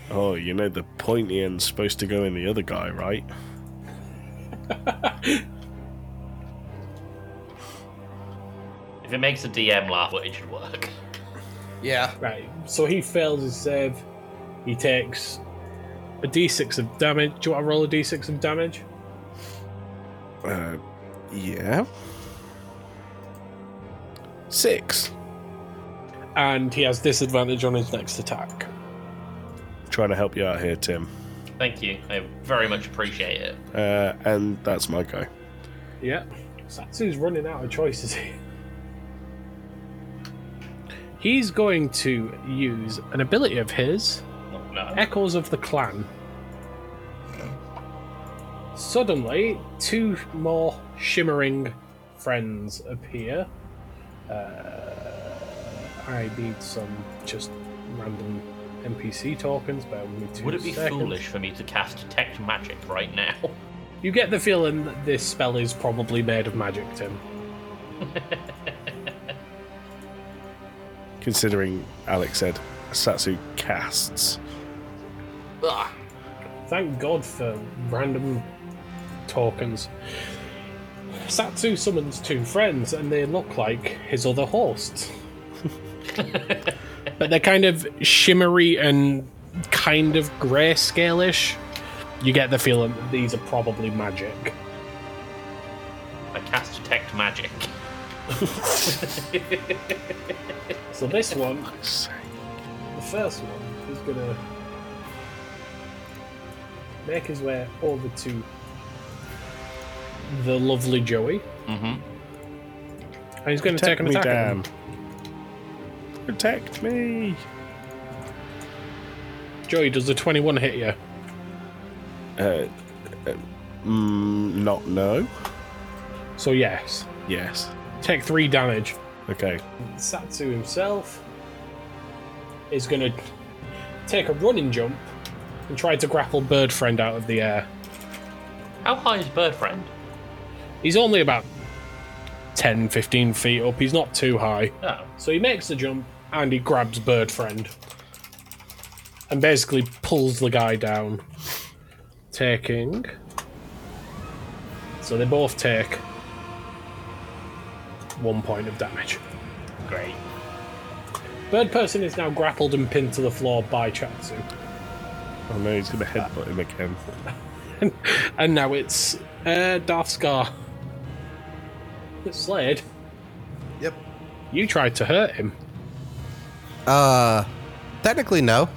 Speaker 2: "Oh, you know the pointy end's supposed to go in the other guy, right?"
Speaker 1: If it makes the DM laugh, well, it should work.
Speaker 3: Yeah.
Speaker 4: Right, so he fails his save. He takes a d6 of damage. Do you want to roll a d6 of damage?
Speaker 2: Uh, yeah. Six.
Speaker 4: And he has disadvantage on his next attack.
Speaker 2: Trying to help you out here, Tim.
Speaker 1: Thank you. I very much appreciate it.
Speaker 2: Uh, and that's my go.
Speaker 4: Yeah. Satsu's running out of choices here. He's going to use an ability of his,
Speaker 1: Oh, no.
Speaker 4: Echoes of the Clan. Suddenly, two more shimmering friends appear. Uh, I need some just random NPC tokens. Bear with me two
Speaker 1: Would it be
Speaker 4: seconds.
Speaker 1: foolish for me to cast detect magic right now?
Speaker 4: You get the feeling that this spell is probably made of magic, Tim.
Speaker 2: Considering Alex said Satsu casts.
Speaker 1: Ugh.
Speaker 4: Thank God for random tokens. Satsu summons two friends, and they look like his other hosts. but they're kind of shimmery and kind of grayscale ish. You get the feeling that these are probably magic.
Speaker 1: I cast detect magic.
Speaker 4: So this one, the first one, is gonna make his way over to the lovely Joey,
Speaker 1: Mm-hmm.
Speaker 4: and he's gonna take
Speaker 2: Protect
Speaker 4: an
Speaker 2: me,
Speaker 4: attack. at him.
Speaker 2: Dan. Protect me.
Speaker 4: Joey, does the 21 hit you?
Speaker 2: Uh, uh, mm, not no.
Speaker 4: So, yes.
Speaker 2: Yes.
Speaker 4: Take three damage.
Speaker 2: Okay.
Speaker 4: Satsu himself is going to take a running jump and try to grapple Bird Friend out of the air.
Speaker 1: How high is bird friend?
Speaker 4: He's only about 10, 15 feet up. He's not too high.
Speaker 1: Oh,
Speaker 4: So, he makes the jump and he grabs Bird Friend and basically pulls the guy down. Taking. So, they both take one point of damage.
Speaker 1: great.
Speaker 4: Bird person is now grappled and pinned to the floor by Chatsu.
Speaker 2: Oh no, he's gonna headbutt him again.
Speaker 4: And now it's uh, Darth Scar. Slade,
Speaker 3: Yep.
Speaker 4: you tried to hurt him.
Speaker 3: Uh, technically no.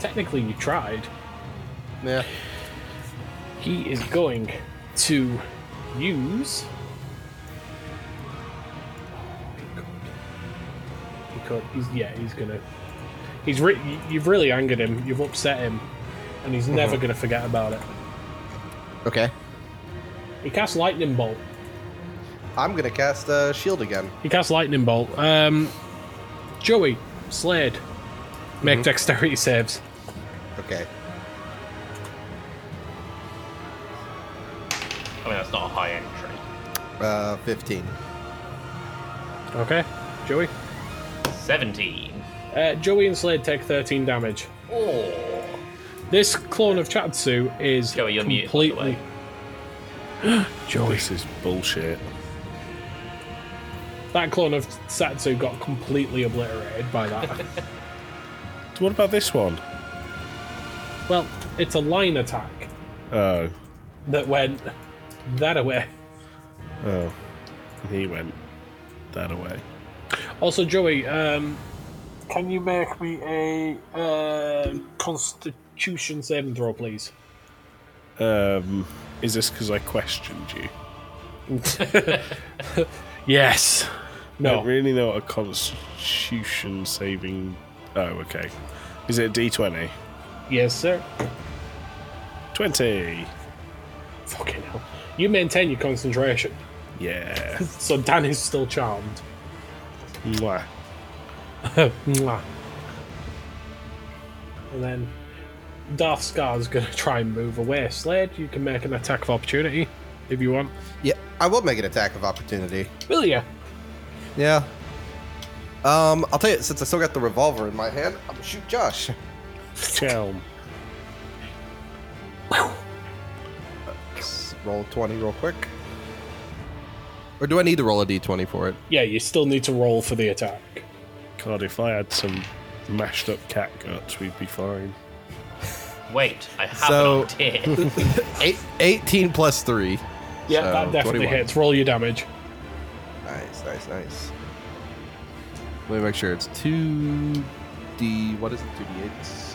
Speaker 4: Technically, you tried.
Speaker 3: Yeah.
Speaker 4: He is going to use. Oh, he could. He could. He's, yeah, he's gonna. He's re- you've really angered him. You've upset him. and he's never going to forget about it.
Speaker 3: Okay.
Speaker 4: He casts lightning bolt.
Speaker 3: I'm gonna cast uh, shield again.
Speaker 4: He casts lightning bolt. Um, Joey, Slade, make dexterity saves.
Speaker 3: Okay.
Speaker 1: I mean, that's not a high entry.
Speaker 3: Uh, 15.
Speaker 4: Okay, Joey.
Speaker 1: 17.
Speaker 4: Uh, Joey and Slade take 13 damage.
Speaker 1: Oh.
Speaker 4: This clone of Chatsu is
Speaker 1: Joey, you're mute, by the
Speaker 4: completely.
Speaker 1: way.
Speaker 2: This is bullshit.
Speaker 4: That clone of Satsu got completely obliterated by that.
Speaker 2: What about this one?
Speaker 4: well, it's a line attack
Speaker 2: Oh,
Speaker 4: that went that away.
Speaker 2: oh. He went that away.
Speaker 4: Also, Joey, um, can you make me a uh, Constitution saving throw, please?
Speaker 2: Um, is this because I questioned you?
Speaker 4: Yes.
Speaker 2: I
Speaker 4: No.
Speaker 2: don't really know what a constitution saving. Oh, okay. Is it a D20?
Speaker 4: Yes, sir.
Speaker 2: 20!
Speaker 4: Fucking hell. You maintain your concentration,
Speaker 2: Yeah.
Speaker 4: so Dan is still charmed.
Speaker 2: Mwah.
Speaker 4: Mwah. And then Darth Scar's gonna try and move away. Slade, you can make an attack of opportunity if you want.
Speaker 3: Yeah, I will make an attack of opportunity.
Speaker 4: Will ya?
Speaker 3: Yeah. Um, I'll tell you, since I still got the revolver in my hand, I'm gonna shoot Josh.
Speaker 2: Chelm.
Speaker 3: Let's roll 20 real quick. Or do I need to roll a d20 for it?
Speaker 4: Yeah, you still need to roll for the attack.
Speaker 2: God, if I had some mashed up cat guts, we'd be fine.
Speaker 1: Wait, I have
Speaker 3: So-
Speaker 1: an idea.
Speaker 3: Eight, 18 plus 3.
Speaker 4: Yeah,
Speaker 3: So,
Speaker 4: that definitely
Speaker 3: 21.
Speaker 4: hits. Roll your damage.
Speaker 3: Nice, nice, nice. Let me make sure it's 2d. What is it? 2d8?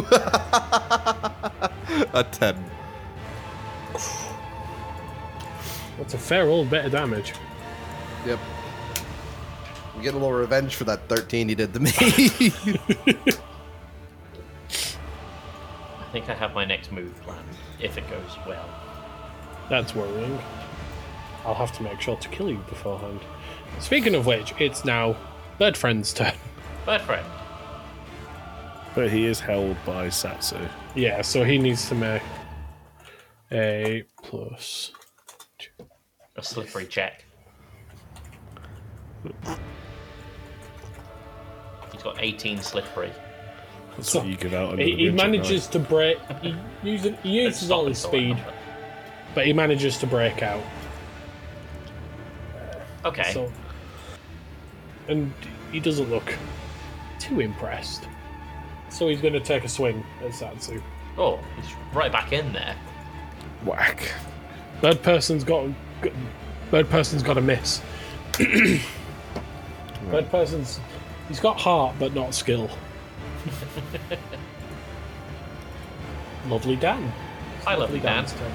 Speaker 3: Okay. Uh, a 10.
Speaker 4: That's a fair old bit of damage.
Speaker 3: Yep. I'm getting a little revenge for that 13 he did to me.
Speaker 1: I think I have my next move planned, if it goes well.
Speaker 4: That's worrying. I'll have to make sure to kill you beforehand. Speaking of which, it's now Bird Friend's turn.
Speaker 1: Bird friend.
Speaker 2: But he is held by Satsu.
Speaker 4: Yeah, so he needs to make a plus.
Speaker 1: A slippery check. He's got 18 slippery.
Speaker 2: That's
Speaker 4: So-
Speaker 2: what you give out under
Speaker 4: He,
Speaker 2: the
Speaker 4: he
Speaker 2: bridge at
Speaker 4: manages to break. He uses, he
Speaker 1: It's
Speaker 4: uses all his
Speaker 1: not going
Speaker 4: speed,
Speaker 1: to work.
Speaker 4: but he manages to break out.
Speaker 1: Okay.
Speaker 4: So, and he doesn't look too impressed. So he's going to take a swing at Satsu.
Speaker 1: Oh, he's right back in there.
Speaker 2: night. Whack.
Speaker 4: Bird person's got. got- Bird person's got a miss. Bird person's. He's got heart, but not skill. Lovely Dan.
Speaker 1: Hi, lovely Dan.
Speaker 4: Dan's turn.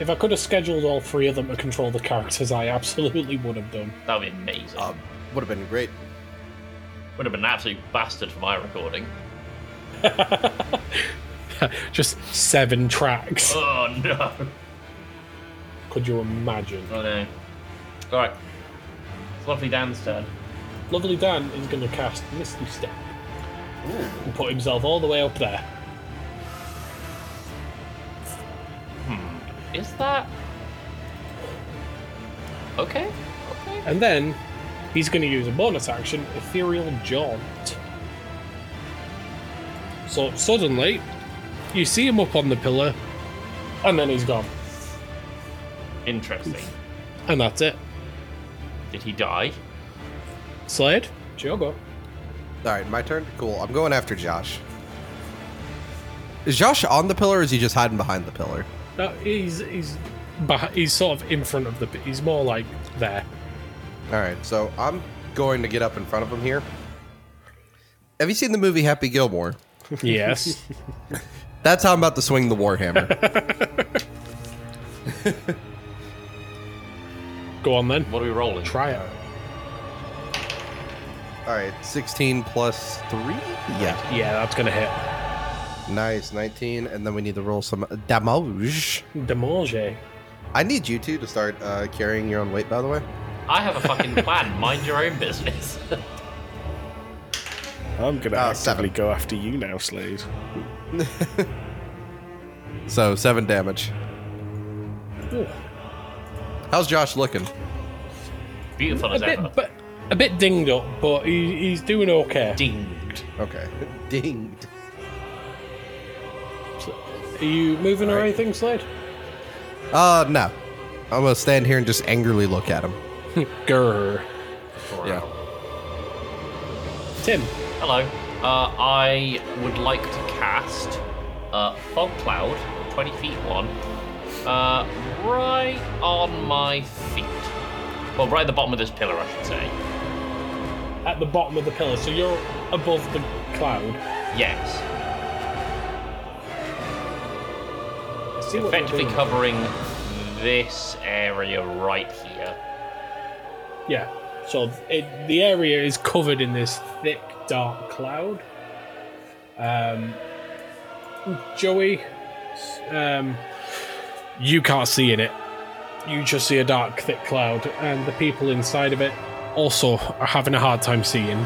Speaker 4: If I could have scheduled all three of them to control the characters, I absolutely would have done.
Speaker 1: That would be amazing.
Speaker 3: um, would have been great.
Speaker 1: Would have been an absolute bastard for my recording.
Speaker 4: Just seven tracks.
Speaker 1: Oh, no.
Speaker 4: Could you imagine?
Speaker 1: Oh, no. All right. It's lovely Dan's turn.
Speaker 4: Lovely Dan is going to cast Misty Step and put himself all the way up there.
Speaker 1: Is that. Okay. Okay.
Speaker 4: And then he's going to use a bonus action, Ethereal Jaunt. So suddenly, you see him up on the pillar, and then he's gone.
Speaker 1: Interesting.
Speaker 4: And that's it.
Speaker 1: Did he die?
Speaker 4: Slade, it's your go.
Speaker 3: All right, my turn. Cool. I'm going after Josh. Is Josh on the pillar or is he just hiding behind the pillar?
Speaker 4: No, he's he's beh- he's sort of in front of the. p- He's more like there.
Speaker 3: All right, so I'm going to get up in front of him here. Have you seen the movie Happy Gilmore?
Speaker 4: Yes.
Speaker 3: That's how I'm about to swing the Warhammer.
Speaker 4: go on then.
Speaker 1: What are we rolling?
Speaker 4: Try it.
Speaker 3: All right, 16 plus 3? Yeah.
Speaker 4: Yeah, that's gonna hit.
Speaker 3: Nice, 19. And then we need to roll some damage.
Speaker 4: Demolge.
Speaker 3: I need you two to start uh, carrying your own weight, by the way.
Speaker 1: I have a fucking plan. Mind your own business.
Speaker 2: I'm gonna
Speaker 3: Ah,
Speaker 2: actively
Speaker 3: seven.
Speaker 2: go after you now, Slade.
Speaker 3: So, 7 damage.
Speaker 4: Ooh.
Speaker 3: How's Josh looking?
Speaker 1: Beautiful
Speaker 4: A
Speaker 1: as
Speaker 4: bit,
Speaker 1: ever.
Speaker 4: but a bit dinged up, but he, he's doing okay.
Speaker 1: Dinged.
Speaker 3: Okay. Dinged.
Speaker 4: Are you moving or
Speaker 3: Alright.
Speaker 4: anything, Slade?
Speaker 3: Uh, no. I'm going to stand here and just angrily look at him.
Speaker 4: Grr.
Speaker 3: Yeah.
Speaker 4: Tim,
Speaker 1: Hello. Uh, I would like to cast uh, Fog Cloud, 20 feet one, uh, right on my feet. Well, right at the bottom of this pillar, I should say.
Speaker 4: at the bottom of the pillar, so you're above the cloud.
Speaker 1: Yes.
Speaker 4: I See what you're
Speaker 1: Effectively
Speaker 4: doing.
Speaker 1: covering this area right here.
Speaker 4: Yeah. So it, the area is covered in this thick, dark cloud. Um, Joey, s- um, you can't see in it. You just see a dark, thick cloud, and the people inside of it also are having a hard time seeing.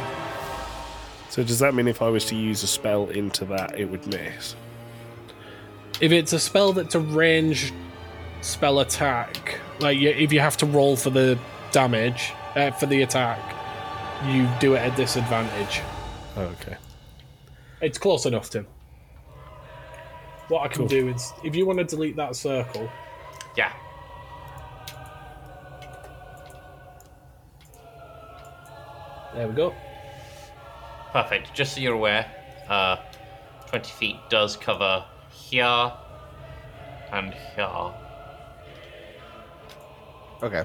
Speaker 2: So does that mean if I was to use a spell into that, it would miss?
Speaker 4: If it's a spell that's a range spell attack, like you, if you have to roll for the damage uh, for the attack, you do it at disadvantage.
Speaker 2: Oh, okay.
Speaker 4: It's close enough, Tim. What I can do is, if you want to delete that circle,
Speaker 1: Yeah.
Speaker 4: there we go.
Speaker 1: Perfect. Just so you're aware, uh, 20 feet does cover here and here.
Speaker 3: Okay.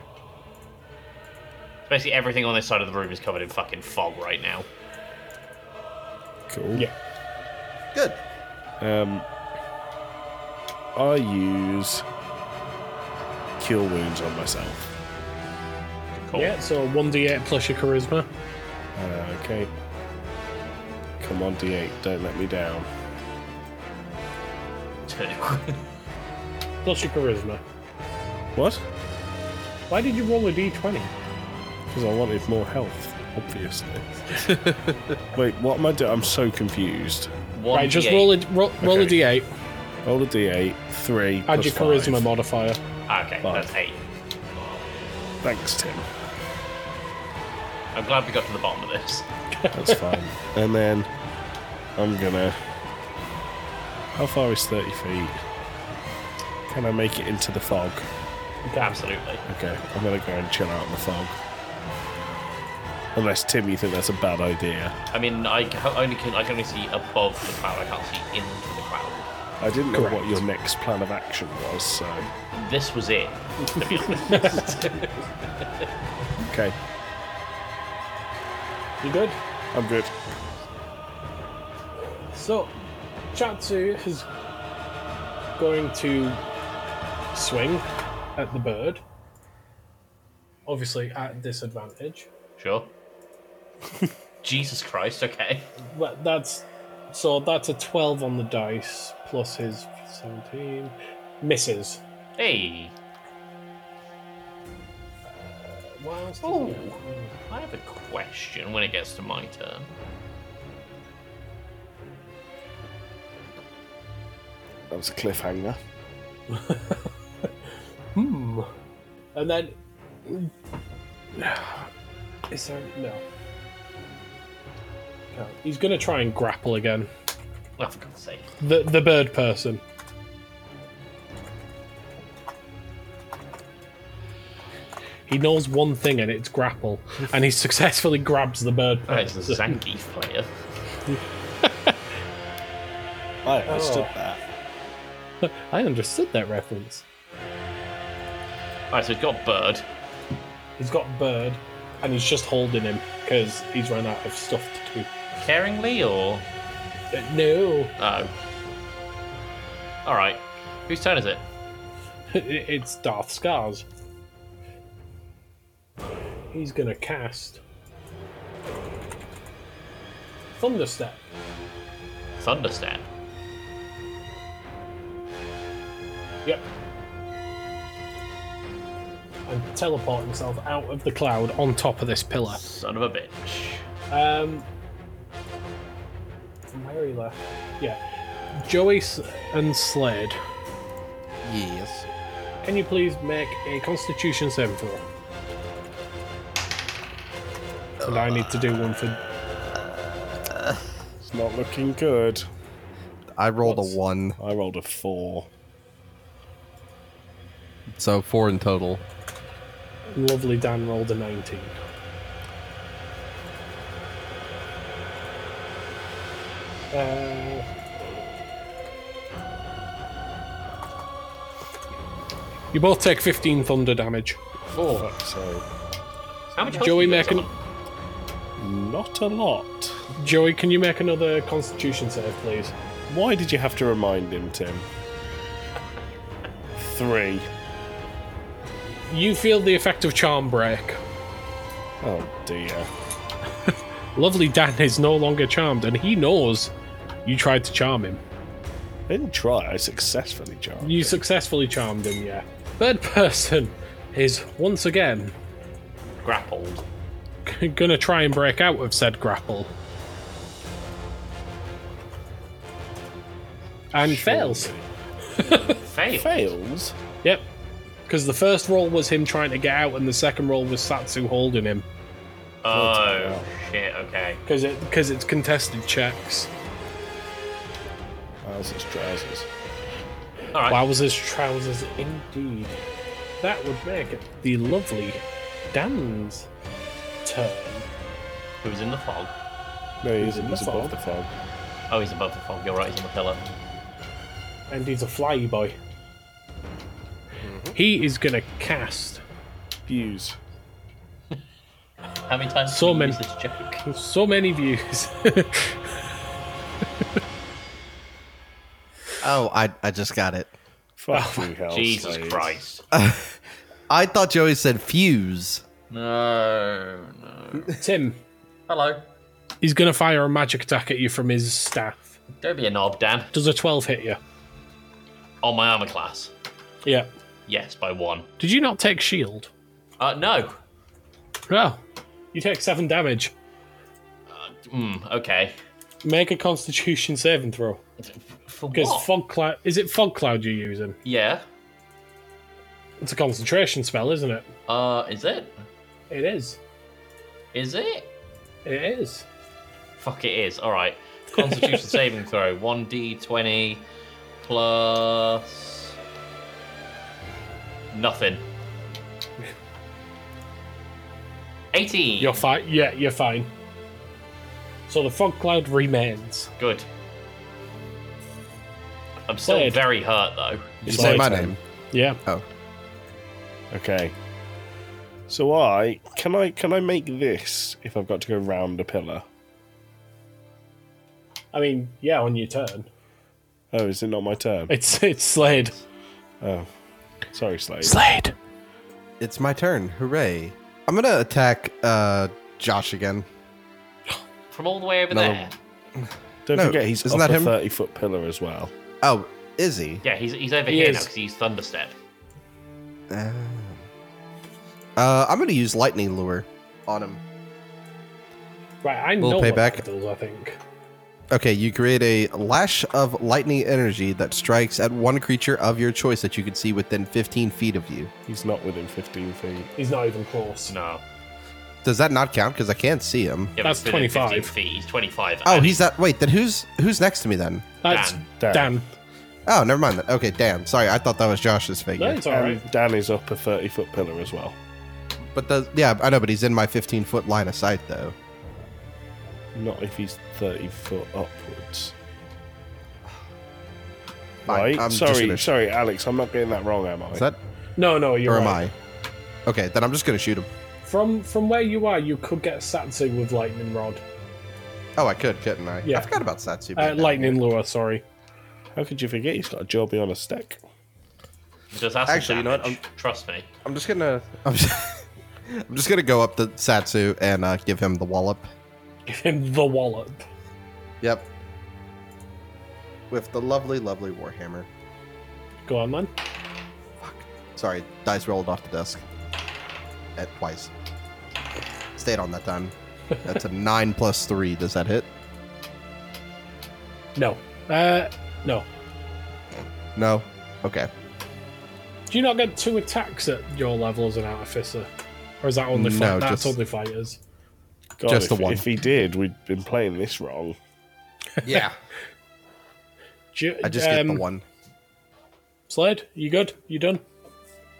Speaker 1: Basically, everything on this side of the room is covered in fucking fog right now.
Speaker 2: Cool.
Speaker 4: Yeah.
Speaker 3: Good.
Speaker 2: Um, I use cure wounds on myself.
Speaker 1: Cool.
Speaker 4: Yeah, so 1d8 plus your charisma.
Speaker 2: Uh, okay. Come on, D8. Don't let me down.
Speaker 4: Plus your charisma.
Speaker 2: What?
Speaker 4: Why did you roll a d20?
Speaker 2: Because I wanted more health, obviously. Wait, what am I doing? I'm so confused.
Speaker 1: One
Speaker 4: Right, just
Speaker 1: D8.
Speaker 4: roll a, roll, roll
Speaker 2: Okay.
Speaker 4: a d8.
Speaker 2: Roll a D8, three.
Speaker 4: Add
Speaker 2: plus
Speaker 4: your charisma
Speaker 2: five.
Speaker 4: modifier.
Speaker 1: Ah, Okay, that's eight.
Speaker 2: Thanks, Tim.
Speaker 1: I'm glad we got to the bottom of this.
Speaker 2: That's fine. And then I'm gonna. How far is 30 feet? Can I make it into the fog?
Speaker 1: Absolutely.
Speaker 2: Okay, I'm gonna go and chill out in the fog. Unless Tim, you think that's a bad idea.
Speaker 1: I mean, I ca- only can I can only see above the cloud. I can't see into the cloud.
Speaker 2: I didn't know what your next plan of action was, so.
Speaker 1: This was it. To be honest.
Speaker 2: Okay,
Speaker 4: You good?
Speaker 2: I'm good.
Speaker 4: So, Chatsu is going to swing at the bird. Obviously, at disadvantage.
Speaker 1: sure. Jesus Christ. Okay.
Speaker 4: But that's so that's a 12 on the dice plus his 17 misses.
Speaker 1: Hey,
Speaker 4: Whilst he-
Speaker 1: Ooh. I have a question. When it gets to my turn.
Speaker 2: That was a cliffhanger.
Speaker 4: Hmm. And then is there no? No. He's gonna try and grapple again.
Speaker 1: Well, for God's sake.
Speaker 4: The the bird person. He knows one thing and it's grapple, and he successfully grabs the bird
Speaker 1: Oh, it's a
Speaker 4: person.
Speaker 1: Zangief player.
Speaker 2: I understood that.
Speaker 4: I understood that reference.
Speaker 1: Alright, so it's got bird.
Speaker 4: He's got bird, and he's just holding him because he's run out of stuff to do.
Speaker 1: Caringly or
Speaker 4: Uh, no,
Speaker 1: oh. Alright. Whose turn is it?
Speaker 4: It- it's Darth Scars. He's gonna cast Thunderstep.
Speaker 1: Thunderstep.
Speaker 4: Yep. And teleport himself out of the cloud on top of this pillar.
Speaker 1: Son of a bitch.
Speaker 4: Um, from where he left? Yeah. Joey S- and Slade,
Speaker 3: Yes.
Speaker 4: can you please make a Constitution saving throw? And I need to do one for
Speaker 2: It's not looking good.
Speaker 3: I rolled
Speaker 2: What's-
Speaker 3: a one,
Speaker 2: I rolled a four.
Speaker 3: so four in total.
Speaker 4: lovely Dan rolled a 19. Uh, you both take 15 thunder damage.
Speaker 1: Four.
Speaker 2: So
Speaker 1: How much health
Speaker 4: Joey
Speaker 1: you guys
Speaker 4: making-
Speaker 1: on?
Speaker 2: not a lot.
Speaker 4: Joey, can you make another Constitution save, please?
Speaker 2: Why did you have to remind him, Tim? Three.
Speaker 4: You feel the effect of charm break.
Speaker 2: Oh dear.
Speaker 4: Lovely Dan is no longer charmed, and he knows you tried to charm him.
Speaker 2: I didn't try. I successfully charmed.
Speaker 4: You successfully charmed him, yeah. Third person is once again
Speaker 1: Grappled.
Speaker 4: gonna try and break out of said grapple. And fails.
Speaker 1: Fail.
Speaker 2: Fails.
Speaker 4: Yep. Because the first roll was him trying to get out, and the second roll was Satsu holding him.
Speaker 1: Oh, shit. Okay.
Speaker 4: Because it, cause it's contested checks.
Speaker 2: How's his trousers?
Speaker 1: All right.
Speaker 4: Wowzers trousers indeed. That would make it the lovely Dan's turn.
Speaker 1: Who's in the fog?
Speaker 2: No, he's,
Speaker 4: in
Speaker 2: he's
Speaker 4: the
Speaker 2: above
Speaker 4: fog.
Speaker 2: the fog.
Speaker 1: Oh, he's above the fog. You're right. He's in the pillar.
Speaker 4: And he's a fly boy. He is gonna cast
Speaker 2: Views.
Speaker 1: How many times
Speaker 4: So
Speaker 1: so many.
Speaker 4: many.
Speaker 1: use this joke?
Speaker 4: so many views.
Speaker 3: Oh, I I just got it.
Speaker 2: Fuck you, hell.
Speaker 1: Jesus
Speaker 2: Slade.
Speaker 1: Christ.
Speaker 3: I thought Joey said fuse.
Speaker 8: No, no.
Speaker 4: Tim,
Speaker 8: Hello.
Speaker 4: he's gonna fire a magic attack at you from his staff.
Speaker 1: Don't be a knob, Dan.
Speaker 4: Does a 12 hit you?
Speaker 1: On my armor class.
Speaker 4: Yeah.
Speaker 1: Yes, by one.
Speaker 4: Did you not take shield?
Speaker 1: Uh, no.
Speaker 4: No. You take 7 damage.
Speaker 1: Mm, okay.
Speaker 4: Make a constitution saving throw.
Speaker 1: For
Speaker 4: Because
Speaker 1: what?
Speaker 4: fog cloud. Is it fog cloud you're using?
Speaker 1: yeah.
Speaker 4: It's a concentration spell, isn't it?
Speaker 1: Uh, is it?
Speaker 4: It is.
Speaker 1: Is it?
Speaker 4: It is.
Speaker 1: Fuck, it is. All right. Constitution saving throw. 1d20 plus. Nothing. 18.
Speaker 4: You're fine. Yeah, you're fine. So the fog cloud remains.
Speaker 1: Good. I'm still
Speaker 4: Slade.
Speaker 1: very hurt, though.
Speaker 3: Did you say my
Speaker 2: Slade.
Speaker 3: name?
Speaker 4: Yeah.
Speaker 3: Oh.
Speaker 2: Okay. So I can I can I make this if I've got to go round a pillar?
Speaker 4: I mean, yeah, on your turn.
Speaker 2: Oh, is it not my turn?
Speaker 4: It's it's Slade.
Speaker 2: Oh, sorry, Slade.
Speaker 4: Slade.
Speaker 3: It's my turn. Hooray! I'm gonna attack uh Josh again.
Speaker 1: From all the way over
Speaker 3: Another-
Speaker 1: there.
Speaker 2: Don't
Speaker 3: No,
Speaker 2: forget, he's
Speaker 3: isn't
Speaker 2: up
Speaker 3: that
Speaker 2: a
Speaker 3: him?
Speaker 2: thirty-foot pillar as well.
Speaker 3: Oh, is he?
Speaker 1: Yeah, he's, he's over
Speaker 4: He
Speaker 1: here
Speaker 4: is.
Speaker 1: now because he's Thunderstep.
Speaker 3: Uh, uh, I'm gonna use lightning lure on him.
Speaker 4: Right, I
Speaker 3: Little
Speaker 4: know what
Speaker 3: payback.
Speaker 4: that does, I think.
Speaker 3: Okay, you create a lash of lightning energy that strikes at one creature of your choice that you can see within 15 feet of you.
Speaker 2: He's not within fifteen feet.
Speaker 4: He's not even close.
Speaker 1: No.
Speaker 3: Does that not count? Because I can't see him.
Speaker 1: Yeah, but
Speaker 4: That's
Speaker 1: he's within 15
Speaker 4: 25.
Speaker 1: Feet. He's 25.
Speaker 3: Oh,
Speaker 1: and
Speaker 3: he's that. Wait, then who's who's next to me then?
Speaker 4: That's
Speaker 1: Dan.
Speaker 2: Dan.
Speaker 4: Dan.
Speaker 3: Oh, never mind that. Okay, damn. Sorry, I thought that was Josh's
Speaker 4: No,
Speaker 3: figure.
Speaker 4: it's
Speaker 2: And
Speaker 4: alright.
Speaker 2: Dan is up a thirty-foot pillar as well.
Speaker 3: But the yeah, I know, but he's in my 15 foot line of sight though.
Speaker 2: Not if he's thirty foot upwards.
Speaker 3: Fine,
Speaker 2: right?
Speaker 3: I'm just
Speaker 2: sorry,
Speaker 3: gonna-
Speaker 2: sorry, Alex. I'm not getting that wrong, am I?
Speaker 3: Is that
Speaker 4: No, no, you're
Speaker 3: or am
Speaker 4: right.
Speaker 3: I? Okay, then I'm just gonna shoot him.
Speaker 4: From from where you are, you could get Satsu with lightning rod,
Speaker 3: Oh, I could, couldn't I?
Speaker 4: Yeah.
Speaker 3: I forgot about Satsu. being
Speaker 4: uh,
Speaker 3: down
Speaker 4: lightning
Speaker 3: here.
Speaker 4: lure. Sorry.
Speaker 2: How could you forget? He's got a jobby on a stick.
Speaker 1: Does acid
Speaker 3: Actually, you know what,
Speaker 1: damage. Trust me.
Speaker 3: I'm just gonna. I'm just, I'm just gonna go up to Satsu and uh, give him the wallop.
Speaker 4: Give him the wallop.
Speaker 3: Yep. With the lovely, lovely Warhammer.
Speaker 4: Go on, then.
Speaker 3: Sorry, dice rolled off the desk. At twice. Stayed on that time. That's a nine plus three. Does that hit?
Speaker 4: No. Uh, no.
Speaker 3: No. Okay.
Speaker 4: Do you not get two attacks at your level as an artificer? Or is that only fi-
Speaker 3: No,
Speaker 4: that's
Speaker 3: just-
Speaker 4: only fighters?
Speaker 2: God,
Speaker 3: Just
Speaker 2: if,
Speaker 3: the one.
Speaker 2: If he did, we'd been playing this wrong.
Speaker 8: Yeah.
Speaker 4: Do you-
Speaker 3: I just get the
Speaker 4: um,
Speaker 3: one.
Speaker 4: Slade, you good? You done?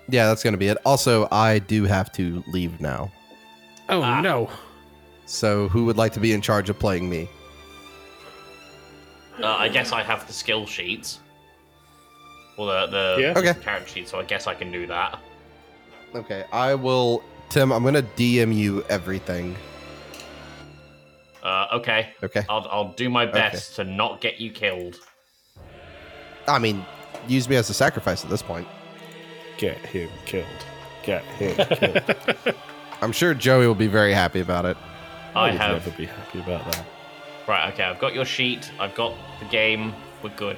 Speaker 3: Yeah, that's gonna be it. Also, I do have to leave now.
Speaker 4: Oh no.
Speaker 3: So, who would like to be in charge of playing me?
Speaker 1: Uh, I guess I have the skill sheets. Well, the, the
Speaker 4: Yeah.
Speaker 3: Okay.
Speaker 1: character sheet, so I guess I can do that.
Speaker 3: Okay, I will. Tim, I'm gonna DM you everything.
Speaker 1: Uh, okay,
Speaker 3: Okay.
Speaker 1: I'll, I'll do my best to not get you killed.
Speaker 3: I mean, use me as a sacrifice at this point.
Speaker 2: Get him killed. Get him killed.
Speaker 3: I'm sure Joey will be very happy about it.
Speaker 1: I
Speaker 2: would
Speaker 1: have
Speaker 2: never be happy about that.
Speaker 1: right. Okay, I've got your sheet. I've got the game. We're good.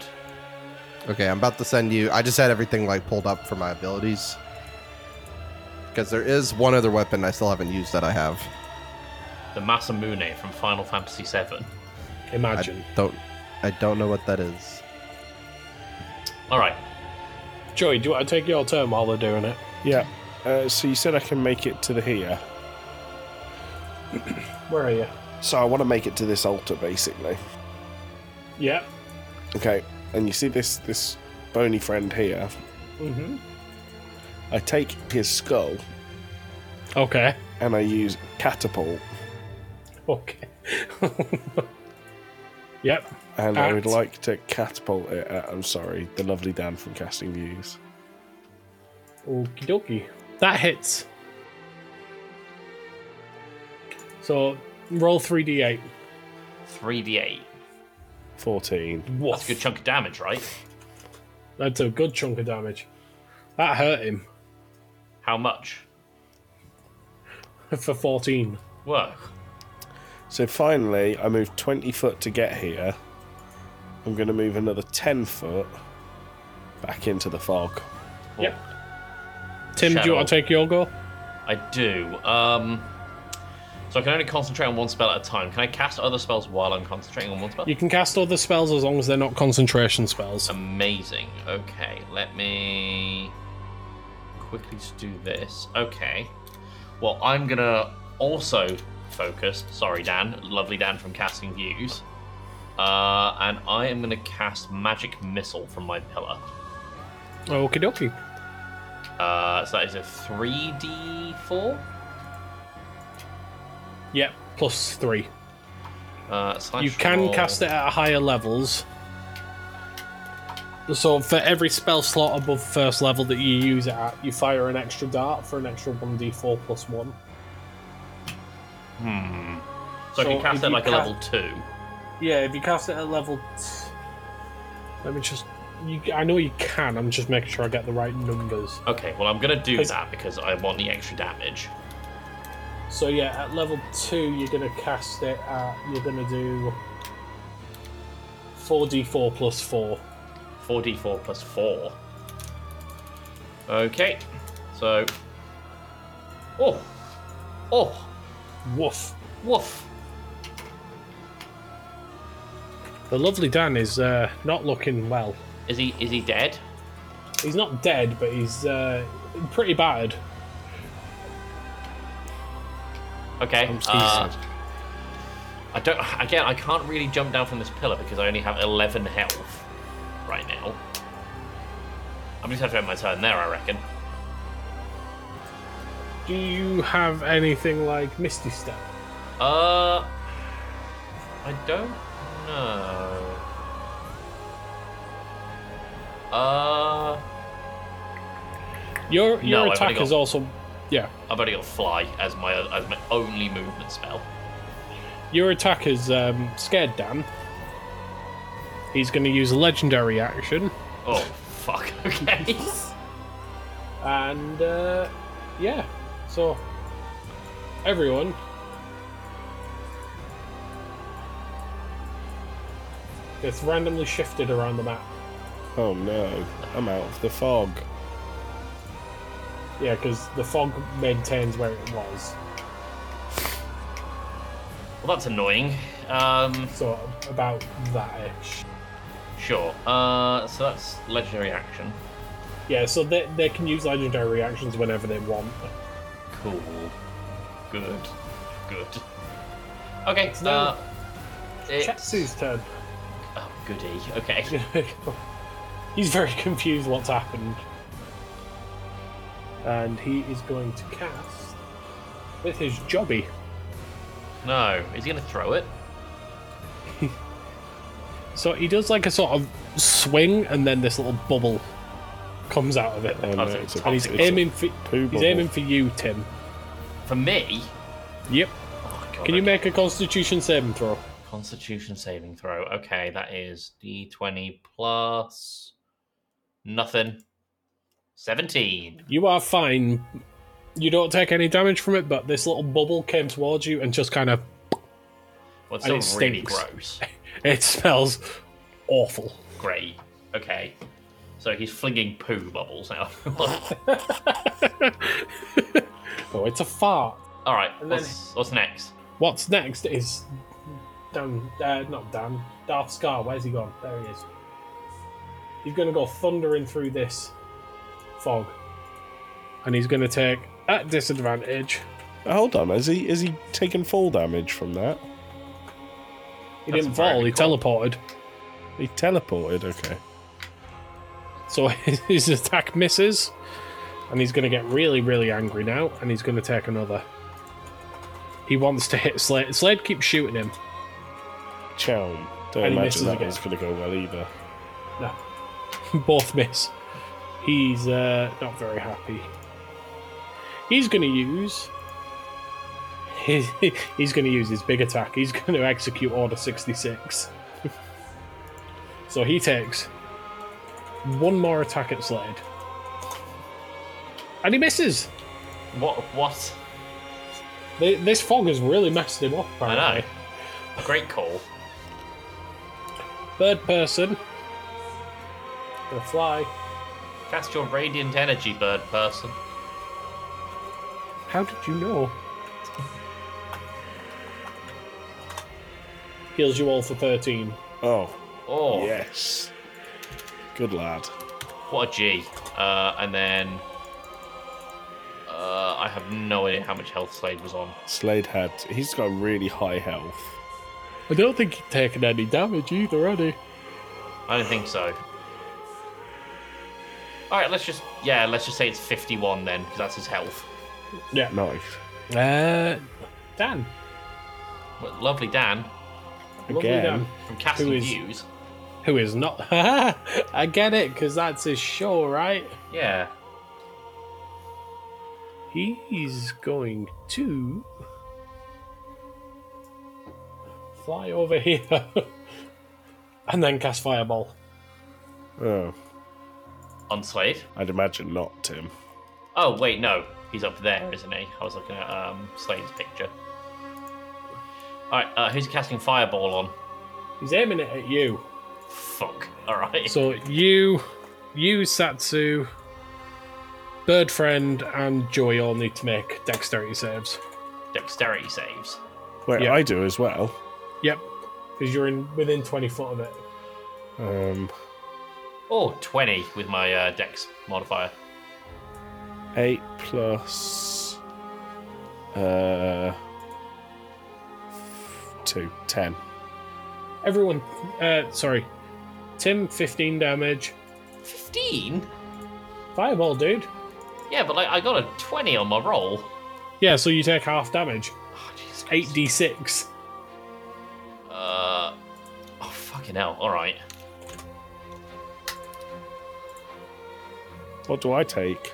Speaker 3: Okay, I'm about to send you. I just had everything like pulled up for my abilities. Because there is one other weapon I still haven't used that I have.
Speaker 1: The Masamune from Final Fantasy VII.
Speaker 3: I
Speaker 4: Imagine.
Speaker 3: don't. I don't know what that is.
Speaker 1: All right.
Speaker 4: Joey, do you want to take your turn while they're doing it?
Speaker 2: Yeah. Uh, so you said I can make it to the here.
Speaker 4: Where are you?
Speaker 2: So I want to make it to this altar, basically.
Speaker 4: Yeah.
Speaker 2: Okay. And you see this this bony friend here.
Speaker 4: Mm-hmm.
Speaker 2: I take his skull
Speaker 4: Okay.
Speaker 2: and I use catapult,
Speaker 4: Okay. yep.
Speaker 2: and I would
Speaker 4: Act.
Speaker 2: like to catapult it. At, I'm sorry, the lovely Dan from Casting Views.
Speaker 4: Okie dokie. That hits. So roll 3d8.
Speaker 1: 3d8.
Speaker 2: Fourteen.
Speaker 1: That's a good chunk of damage, right?
Speaker 4: That's a good chunk of damage. That hurt him
Speaker 1: How much?
Speaker 4: for 14.
Speaker 1: Whoa.
Speaker 2: So finally, I moved 20 foot to get here. I'm going to move another 10 foot back into the fog.
Speaker 4: Yep. Tim, do you want to
Speaker 1: Shadow.
Speaker 4: take your go?
Speaker 1: I do. Um, so I can only concentrate on one spell at a time. Can I cast other spells while I'm concentrating on one spell?
Speaker 4: You can cast other spells as long as they're not concentration spells.
Speaker 1: Amazing. Okay, let me quickly just do this. Okay. Well, I'm gonna also focus. Sorry, Dan. Lovely Dan from Casting Views. Uh, and I am gonna cast Magic Missile from my pillar.
Speaker 4: Okie dokie.
Speaker 1: Uh, so that is a 3d4.
Speaker 4: Yep, plus three.
Speaker 1: Uh, slash
Speaker 4: you can
Speaker 1: roll.
Speaker 4: cast it at higher levels. So for every spell slot above first level that you use it at, you fire an extra dart for an extra 1d4 plus 1.
Speaker 1: Hmm. So, I
Speaker 4: So
Speaker 1: can cast
Speaker 4: if
Speaker 1: it
Speaker 4: you
Speaker 1: like a
Speaker 4: ca-
Speaker 1: level 2.
Speaker 4: Yeah, if you cast it at level. T- Let me just. You, I know you can, I'm just making sure I get the right numbers.
Speaker 1: Okay, well, I'm gonna do
Speaker 4: Cause-
Speaker 1: that because I want the extra damage.
Speaker 4: So yeah, at level two, you're gonna cast it. At, you're gonna do four d four plus four.
Speaker 1: 4d4 plus 4. Okay, so. Oh! Oh!
Speaker 4: Woof.
Speaker 1: Woof!
Speaker 4: The lovely Dan is uh, not looking well.
Speaker 1: Is he is he dead?
Speaker 4: He's not dead, but he's uh, pretty battered.
Speaker 1: Okay. uh, I don't. Again, I can't really jump down from this pillar because I only have 11 health right now. I'm just have to end my turn there, I reckon.
Speaker 4: Do you have anything like Misty Step?
Speaker 1: Uh, I don't know. Uh,
Speaker 4: Your
Speaker 1: No,
Speaker 4: your
Speaker 1: I've
Speaker 4: attack
Speaker 1: only got-
Speaker 4: is also yeah.
Speaker 1: I've only got fly as my as my only movement spell.
Speaker 4: Your attack is um, scared Dan. He's going to use a legendary action,
Speaker 1: Oh fuck. Okay.
Speaker 4: and uh, yeah. So everyone, It's randomly shifted around the map.
Speaker 2: Oh no, I'm out of the fog.
Speaker 4: Yeah, because the fog maintains where it was.
Speaker 1: Well, that's annoying. Um,
Speaker 4: So about that ish.
Speaker 1: sure. Uh, so that's legendary action.
Speaker 4: Yeah, so they, they can use legendary reactions whenever they want.
Speaker 1: Cool. Good. Good. Okay.
Speaker 4: no-
Speaker 1: Uh, it's
Speaker 4: Chetsu's turn.
Speaker 1: oh, goody. Okay.
Speaker 4: He's very confused what's happened. And he is going to cast with his jobby.
Speaker 1: No, is he gonna throw it?
Speaker 4: So he does like a sort of swing and then this little bubble comes out of it.
Speaker 2: Oh, no,
Speaker 1: That's
Speaker 2: it's
Speaker 1: a
Speaker 2: a-
Speaker 4: And he's
Speaker 2: it's a
Speaker 4: aiming for
Speaker 2: poo
Speaker 4: he's
Speaker 2: bubble.
Speaker 4: aiming for you, Tim.
Speaker 1: For me?
Speaker 4: Yep.
Speaker 1: Oh, God,
Speaker 4: Can you
Speaker 1: okay.
Speaker 4: make a constitution saving throw?
Speaker 1: Constitution saving throw. Okay, that is d20 plus nothing. 17.
Speaker 4: You are fine. You don't take any damage from it, but this little bubble came towards you and just kind of
Speaker 1: Well,
Speaker 4: And it
Speaker 1: it's still really
Speaker 4: stinks.
Speaker 1: gross.
Speaker 4: it smells awful.
Speaker 1: Great. Okay. So he's flinging poo bubbles now.
Speaker 4: Oh, it's a fart.
Speaker 1: All right.
Speaker 4: And then-
Speaker 1: What's, what's next?
Speaker 4: What's next is Dan, uh, not Dan, Darth Scar. Where's he gone? There he is. He's going to go thundering through this fog, and he's going to take at disadvantage.
Speaker 2: Hold on, is he is he taking full damage from that?
Speaker 4: He
Speaker 1: That's
Speaker 4: didn't fall.
Speaker 1: very
Speaker 4: He
Speaker 1: cool.
Speaker 4: teleported,
Speaker 2: He teleported. Okay.
Speaker 4: so his attack misses, and he's going to get really, really angry now, and he's going to take another. He wants to hit Slade. Slade keeps shooting him.
Speaker 2: Chelm. Don't
Speaker 4: And he misses
Speaker 2: imagine that
Speaker 4: again.
Speaker 2: one's going to go well either.
Speaker 4: No. Both miss. He's uh, not very happy. He's going to use. He's going to use his big attack. He's going to execute Order 66. so he takes one more attack at Slade. And he misses.
Speaker 1: What? What?
Speaker 4: Th- This fog has really messed him up,
Speaker 1: I
Speaker 4: apparently.
Speaker 1: know. Great call.
Speaker 4: Third person. Gonna fly.
Speaker 1: Cast your radiant energy, bird person.
Speaker 4: How did you know? Heals you all for 13.
Speaker 2: Oh
Speaker 1: Oh,
Speaker 2: yes, good lad.
Speaker 1: what a G. Uh, and then uh, I have no idea how much health Slade was on.
Speaker 2: Slade had. He's got really high health.
Speaker 4: I don't think he's taken any damage either, had he?
Speaker 1: I don't think so. All right, let's just yeah, let's just say it's 51 then, because that's his health.
Speaker 2: Nice.
Speaker 4: Uh, Dan.
Speaker 1: Well, lovely Dan
Speaker 4: Lovely
Speaker 2: Again.
Speaker 4: Dan.
Speaker 1: from Castle
Speaker 4: is-
Speaker 1: Views.
Speaker 4: Who is not. I get it, because that's his show, right?
Speaker 1: Yeah,
Speaker 4: He's going to. fly over here. and then cast Fireball.
Speaker 2: Oh,
Speaker 1: on Slade.
Speaker 2: I'd imagine not, Tim.
Speaker 1: Oh wait, no, he's up there, isn't he? I was looking at um, Slade's picture. All right, uh, who's he casting fireball on?
Speaker 4: He's aiming it at you.
Speaker 1: Fuck. All right.
Speaker 4: So you, you Satsu, Bird Friend, and Joy all need to make dexterity saves.
Speaker 1: Dexterity saves.
Speaker 2: Wait,
Speaker 4: Yeah.
Speaker 2: I do as well.
Speaker 4: Yep, because you're in within twenty foot of it.
Speaker 2: Um,
Speaker 1: Oh, 20 with my uh, dex modifier.
Speaker 2: eight plus uh two, ten.
Speaker 4: Everyone, uh, sorry, Tim, fifteen damage.
Speaker 1: 15?
Speaker 4: Fireball, dude.
Speaker 1: Yeah, but like I got a 20 on my roll.
Speaker 4: Yeah, so you take half damage.
Speaker 1: Oh, Jesus
Speaker 4: Eight
Speaker 1: Christ.
Speaker 4: d six.
Speaker 1: Uh, oh, fucking hell. All right.
Speaker 2: What do I take?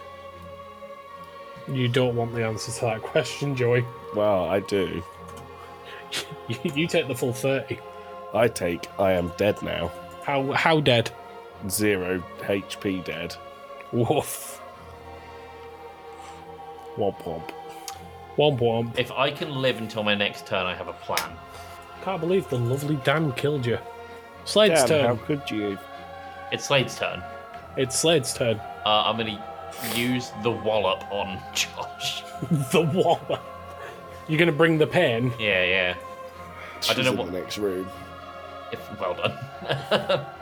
Speaker 4: You don't want the answer to that question, Joy.
Speaker 2: Well, I do.
Speaker 4: You, you take the full thirty.
Speaker 2: I take. I am dead now.
Speaker 4: How how dead?
Speaker 2: Zero HP dead.
Speaker 4: Woof.
Speaker 2: Womp womp.
Speaker 4: Womp womp.
Speaker 1: If I can live until my next turn, I have a plan.
Speaker 4: Can't believe the lovely Dan killed you. Slade's
Speaker 9: Dan,
Speaker 4: turn.
Speaker 9: how could you?
Speaker 1: It's Slade's turn.
Speaker 4: It's Slade's turn.
Speaker 1: Uh, I'm going to use the wallop on Josh.
Speaker 4: the wall. You're gonna bring the pain.
Speaker 1: Yeah, yeah.
Speaker 2: She's
Speaker 1: I don't know
Speaker 2: in
Speaker 1: what-
Speaker 2: the next room.
Speaker 1: If well done.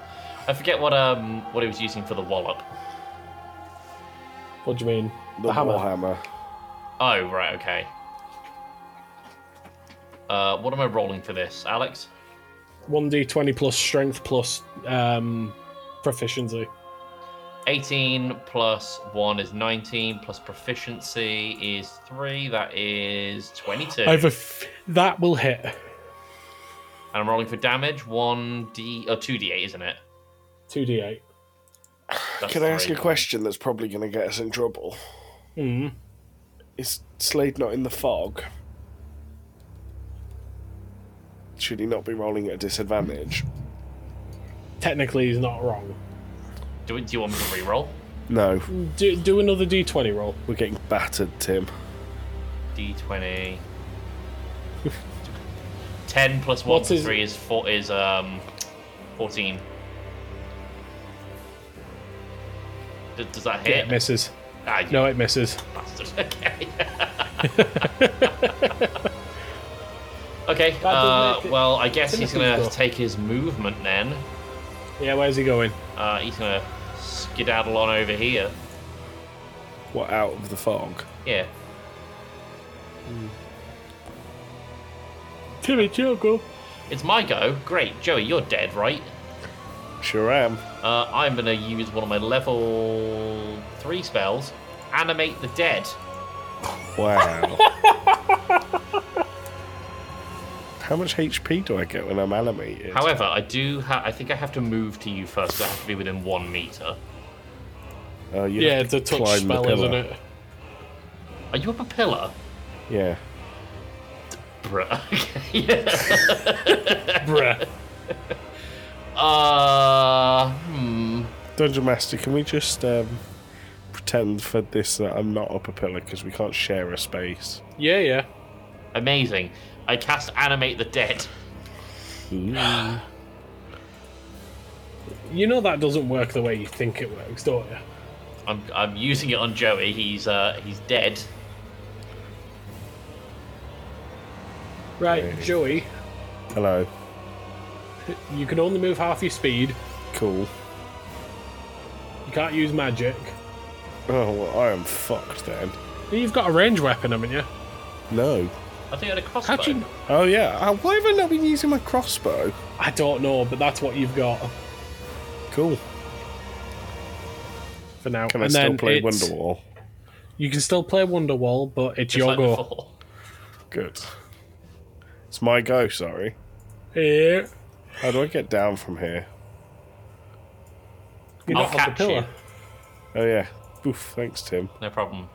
Speaker 1: I forget what um what he was using for the wallop.
Speaker 4: What do you mean?
Speaker 2: The,
Speaker 4: hammer.
Speaker 2: Warhammer.
Speaker 1: Oh right, okay. Uh, what am I rolling for this, Alex?
Speaker 4: One d twenty plus strength plus um, proficiency.
Speaker 1: 18 plus 1 is 19 plus proficiency is 3 that is 22
Speaker 4: Over f- that will hit.
Speaker 1: and i'm rolling for damage oh, 1d or 2d8 isn't it
Speaker 4: Two d eight.
Speaker 1: That's
Speaker 2: Can I ask
Speaker 1: three.
Speaker 2: a question that's probably going to get us in trouble?
Speaker 4: Mm.
Speaker 2: Is Slade not in the fog? Should he not be rolling at a disadvantage?
Speaker 4: Technically, he's not wrong.
Speaker 1: do, do you want me to re-roll
Speaker 2: No,
Speaker 4: Do do another d twenty roll.
Speaker 2: we're getting battered, Tim.
Speaker 1: d20 10 plus 1
Speaker 4: What's
Speaker 1: plus
Speaker 4: his-
Speaker 1: 3 is 4 is um 14 D- does that
Speaker 4: It
Speaker 1: hit
Speaker 4: misses.
Speaker 1: Ah, you
Speaker 4: No, it misses.
Speaker 1: bastard. okay okay
Speaker 4: doesn't
Speaker 1: uh,
Speaker 4: make it-
Speaker 1: well i guess he's
Speaker 4: Timothy's
Speaker 1: gonna
Speaker 4: go.
Speaker 1: take his movement then
Speaker 4: Yeah, where's he going?
Speaker 1: Uh, he's gonna skedaddle on over here.
Speaker 2: What, out of the fog?
Speaker 1: Yeah.
Speaker 4: Timmy, Choco.
Speaker 1: It's my go. Great. Joey, you're dead, right?
Speaker 2: Sure am.
Speaker 1: Uh, I'm gonna use one of my level three spells. Animate the dead.
Speaker 2: Wow. How much HP do I get when I'm animated?
Speaker 1: However, I do ha- I think I have to move to you first, so I have to be within one meter.
Speaker 2: Oh, you
Speaker 4: Yeah,
Speaker 2: have
Speaker 4: it's
Speaker 2: to
Speaker 4: a touch
Speaker 2: climb the
Speaker 4: spell,
Speaker 2: pillar.
Speaker 4: isn't it?
Speaker 1: Are you up a pillar?
Speaker 2: Yeah.
Speaker 1: Bruh. Okay, yeah.
Speaker 4: Bruh.
Speaker 1: Uh, hmm.
Speaker 2: Dungeon Master, can we just um, pretend for this that I'm not up a pillar because we can't share a space?
Speaker 4: Yeah, yeah.
Speaker 1: Amazing. I cast Animate the Dead.
Speaker 4: You know that doesn't work the way you think it works, don't you?
Speaker 1: I'm, I'm using it on Joey. He's uh, he's dead.
Speaker 4: Right, Joey.
Speaker 2: Hello.
Speaker 4: You can only move half your speed.
Speaker 2: Cool.
Speaker 4: You can't use magic.
Speaker 2: Oh, well, I am fucked then.
Speaker 4: You've got a range weapon, haven't you?
Speaker 2: No.
Speaker 1: I think I had a crossbow.
Speaker 4: How'd you?
Speaker 2: Oh, yeah. Uh, why have I not been using my crossbow?
Speaker 4: I don't know, but that's what you've got
Speaker 2: Cool.
Speaker 4: for now.
Speaker 2: Can I
Speaker 4: And
Speaker 2: still
Speaker 4: then
Speaker 2: play
Speaker 4: it's-
Speaker 2: Wonderwall?
Speaker 4: You can still play Wonderwall, but it's
Speaker 1: Just
Speaker 4: your
Speaker 1: like
Speaker 4: go.
Speaker 1: before.
Speaker 2: Good. It's my go, sorry.
Speaker 4: Yeah.
Speaker 2: How do I get down from here?
Speaker 4: You're
Speaker 1: I'll
Speaker 4: not on the
Speaker 1: catch you.
Speaker 4: pillar.
Speaker 2: Oh, yeah. Oof, thanks, Tim.
Speaker 1: No problem.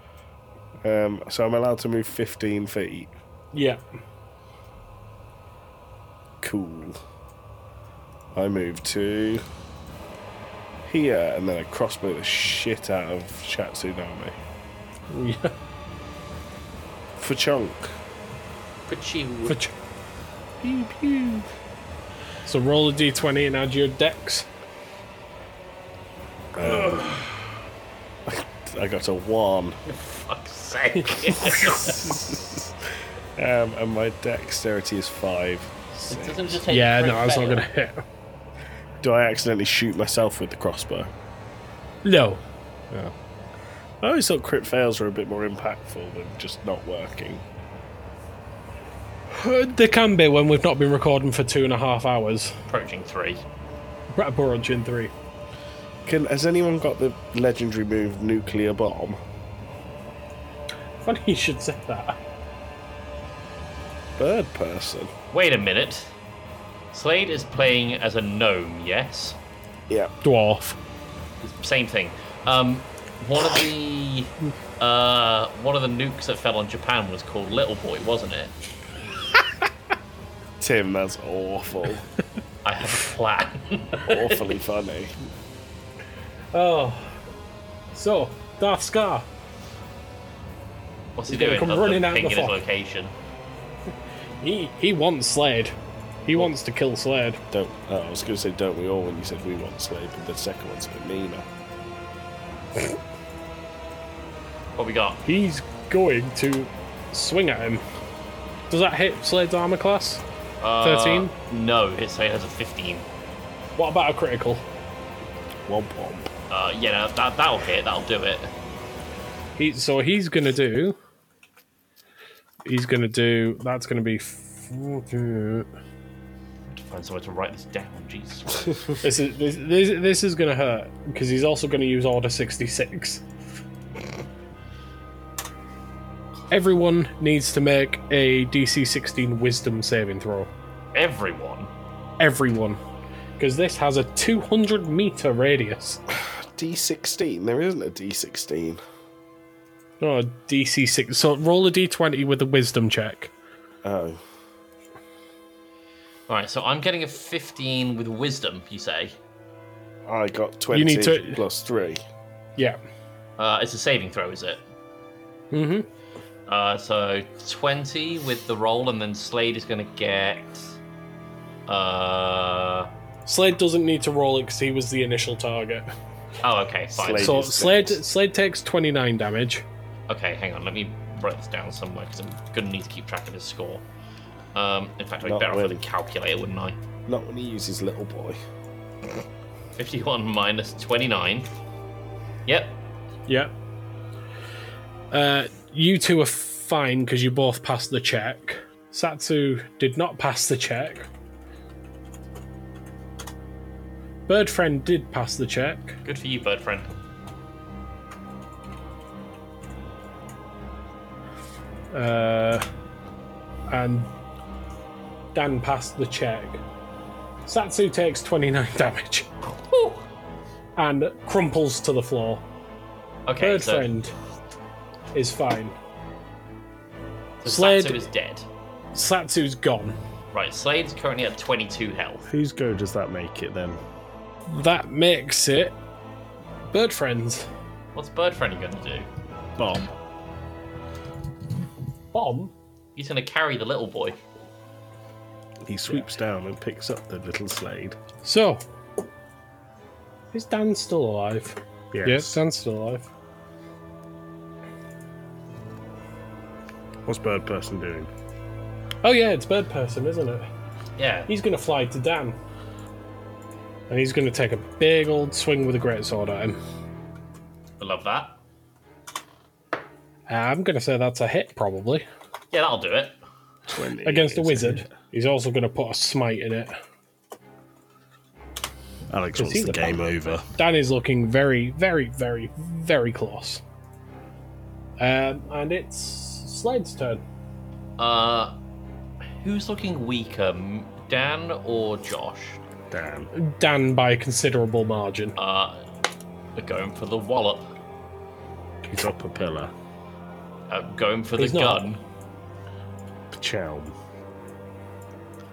Speaker 2: Um, so I'm allowed to move 15 feet.
Speaker 4: Yeah.
Speaker 2: Cool. I move to here, and then I crossbow the shit out of Shatsunami.
Speaker 4: Yeah.
Speaker 2: For chunk.
Speaker 1: Pachoo.
Speaker 4: For ch- So roll a d20 and add your dex.
Speaker 2: I got a one.
Speaker 1: fuck's sake.
Speaker 2: Um, and my dexterity is five.
Speaker 1: Doesn't just take
Speaker 4: Yeah,
Speaker 1: a
Speaker 4: no,
Speaker 1: crit
Speaker 4: that's not
Speaker 1: fail.
Speaker 4: gonna hit.
Speaker 2: Do I accidentally shoot myself with the crossbow?
Speaker 4: No.
Speaker 2: I always thought crit fails were a bit more impactful than just not working.
Speaker 4: Uh, There can be when we've not been recording for two and a half hours.
Speaker 1: Approaching three.
Speaker 4: Right, Borage in three.
Speaker 2: Can has anyone got the legendary move nuclear bomb?
Speaker 4: Funny you should say that.
Speaker 2: Bird person.
Speaker 1: Wait a minute. Slade is playing as a gnome, yes?
Speaker 2: Yeah.
Speaker 4: Dwarf.
Speaker 1: Same thing. Um, one of the uh, one of the nukes that fell on Japan was called Little Boy, wasn't it?
Speaker 2: Tim, that's awful.
Speaker 1: I have a plan.
Speaker 2: Awfully funny.
Speaker 4: Oh. So, Darth Scar.
Speaker 1: What's he
Speaker 4: He's gonna
Speaker 1: doing?
Speaker 4: come
Speaker 1: Other
Speaker 4: running
Speaker 1: than
Speaker 4: out of the
Speaker 1: pinging his
Speaker 4: fog.
Speaker 1: location.
Speaker 4: He he wants Slade. He wants to kill Slade.
Speaker 10: Don't.
Speaker 2: uh,
Speaker 10: Oh, I was going to say, don't we all when you said we want Slade, but the second one's a bit meaner.
Speaker 1: What we got?
Speaker 4: He's going to swing at him. Does that hit Slade's armor class?
Speaker 1: Uh,
Speaker 4: 13?
Speaker 1: No, his Slade has a 15.
Speaker 4: What about a critical?
Speaker 10: Womp womp.
Speaker 1: Uh, yeah, no, that, that'll hit. That'll do it.
Speaker 4: He, so he's gonna do. He's gonna do. That's gonna be. f-
Speaker 1: Find somewhere to write this down. Jeez.
Speaker 4: This is this this, this is gonna hurt because he's also gonna use Order sixty six. Everyone needs to make a DC sixteen Wisdom saving throw.
Speaker 1: Everyone.
Speaker 4: Everyone, because this has a two hundred meter radius.
Speaker 10: D16. There isn't a D16.
Speaker 4: Oh, DC six. So roll a d twenty with a Wisdom check.
Speaker 10: Oh.
Speaker 1: All right, so I'm getting a 15 with wisdom, you say?
Speaker 10: I got 20
Speaker 4: need to-
Speaker 10: plus 3.
Speaker 4: Yeah.
Speaker 1: Uh, it's a saving throw, is it?
Speaker 4: Mhm.
Speaker 1: Uh, so 20 with the roll, and then Slade is going to get. Uh,
Speaker 4: Slade doesn't need to roll it because he was the initial target.
Speaker 1: oh, okay, fine.
Speaker 10: Slade.
Speaker 4: So
Speaker 10: is
Speaker 4: Slade
Speaker 10: dead.
Speaker 4: Slade takes twenty nine damage.
Speaker 1: Okay, hang on. Let me write this down somewhere because I'm going to need to keep track of his score. Um, in fact, I'd be
Speaker 10: Not
Speaker 1: better off with a
Speaker 10: really.
Speaker 1: calculator, wouldn't I?
Speaker 10: Not when he uses Little Boy.
Speaker 1: 51 minus 29. Yep.
Speaker 4: Yeah. Uh, you two are fine because you both passed the check. Satsu did not pass the check. Bird friend did pass the check.
Speaker 1: Good for you, bird friend.
Speaker 4: Uh, and Dan passed the check. Satsu takes 29 damage and crumples to the floor.
Speaker 1: Okay,
Speaker 4: Bird
Speaker 1: so,
Speaker 4: friend is fine.
Speaker 1: so
Speaker 4: Slade-
Speaker 1: Satsu is dead.
Speaker 4: Satsu's gone.
Speaker 1: Right, Slade's currently at 22 health.
Speaker 2: Whose go does that make it then?
Speaker 4: That makes it bird friends.
Speaker 1: What's bird friend going to do?
Speaker 2: Bomb.
Speaker 4: Bomb.
Speaker 1: He's going to carry the little boy.
Speaker 2: He swoops down and picks up the little Slade.
Speaker 4: So, is Dan still alive?
Speaker 2: Yes.
Speaker 4: Yes, Dan's still alive.
Speaker 2: What's Bird Person doing?
Speaker 4: Oh yeah, it's bird person, isn't it?
Speaker 1: Yeah.
Speaker 4: He's gonna fly to Dan, and he's gonna take a big old swing with a greatsword at him.
Speaker 1: I love that.
Speaker 4: Uh, I'm gonna say that's a hit, probably
Speaker 1: Yeah, that'll do it.
Speaker 2: 20.
Speaker 4: against the
Speaker 2: It's-
Speaker 4: wizard. He's also gonna put a smite in it.
Speaker 2: Alex
Speaker 4: Is
Speaker 2: wants
Speaker 4: he
Speaker 2: the
Speaker 4: the
Speaker 2: game over.
Speaker 4: Dan is looking very, very, very, very close. Um, and it's Slade's turn.
Speaker 1: Uh, who's looking weaker, M- Dan or Josh?
Speaker 2: Damn.
Speaker 4: Dan by a considerable margin.
Speaker 1: Uh, we're going for the wallop.
Speaker 2: He's up a pillar.
Speaker 1: Uh, going for
Speaker 4: He's
Speaker 1: the
Speaker 4: not.
Speaker 1: gun.
Speaker 2: Pchow.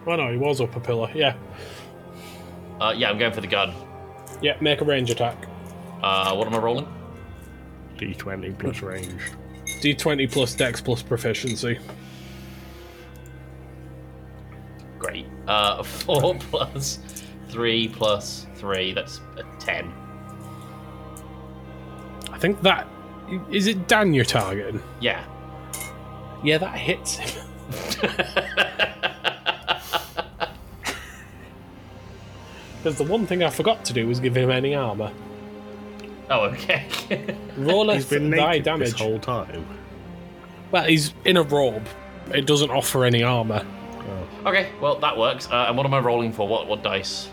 Speaker 4: Oh no, he was up a pillar. Yeah,
Speaker 1: Uh, yeah, I'm going for the gun.
Speaker 4: yeah. Make a range attack.
Speaker 1: Uh, what am I rolling?
Speaker 2: D20 plus range.
Speaker 4: D20 plus dex plus proficiency.
Speaker 1: Great. Uh, four plus three plus three. That's a ten.
Speaker 4: I think that. Is it Dan you're targeting?
Speaker 1: Yeah.
Speaker 4: Yeah, that hits him. Because the one thing I forgot to do was give him any armor.
Speaker 1: Oh, okay.
Speaker 4: Roll a
Speaker 2: He's been
Speaker 4: die
Speaker 2: naked
Speaker 4: damage.
Speaker 2: this whole time.
Speaker 4: Well, he's in a robe. It doesn't offer any armor.
Speaker 1: okay. Well, that works. Uh, and what am I rolling for? What what dice?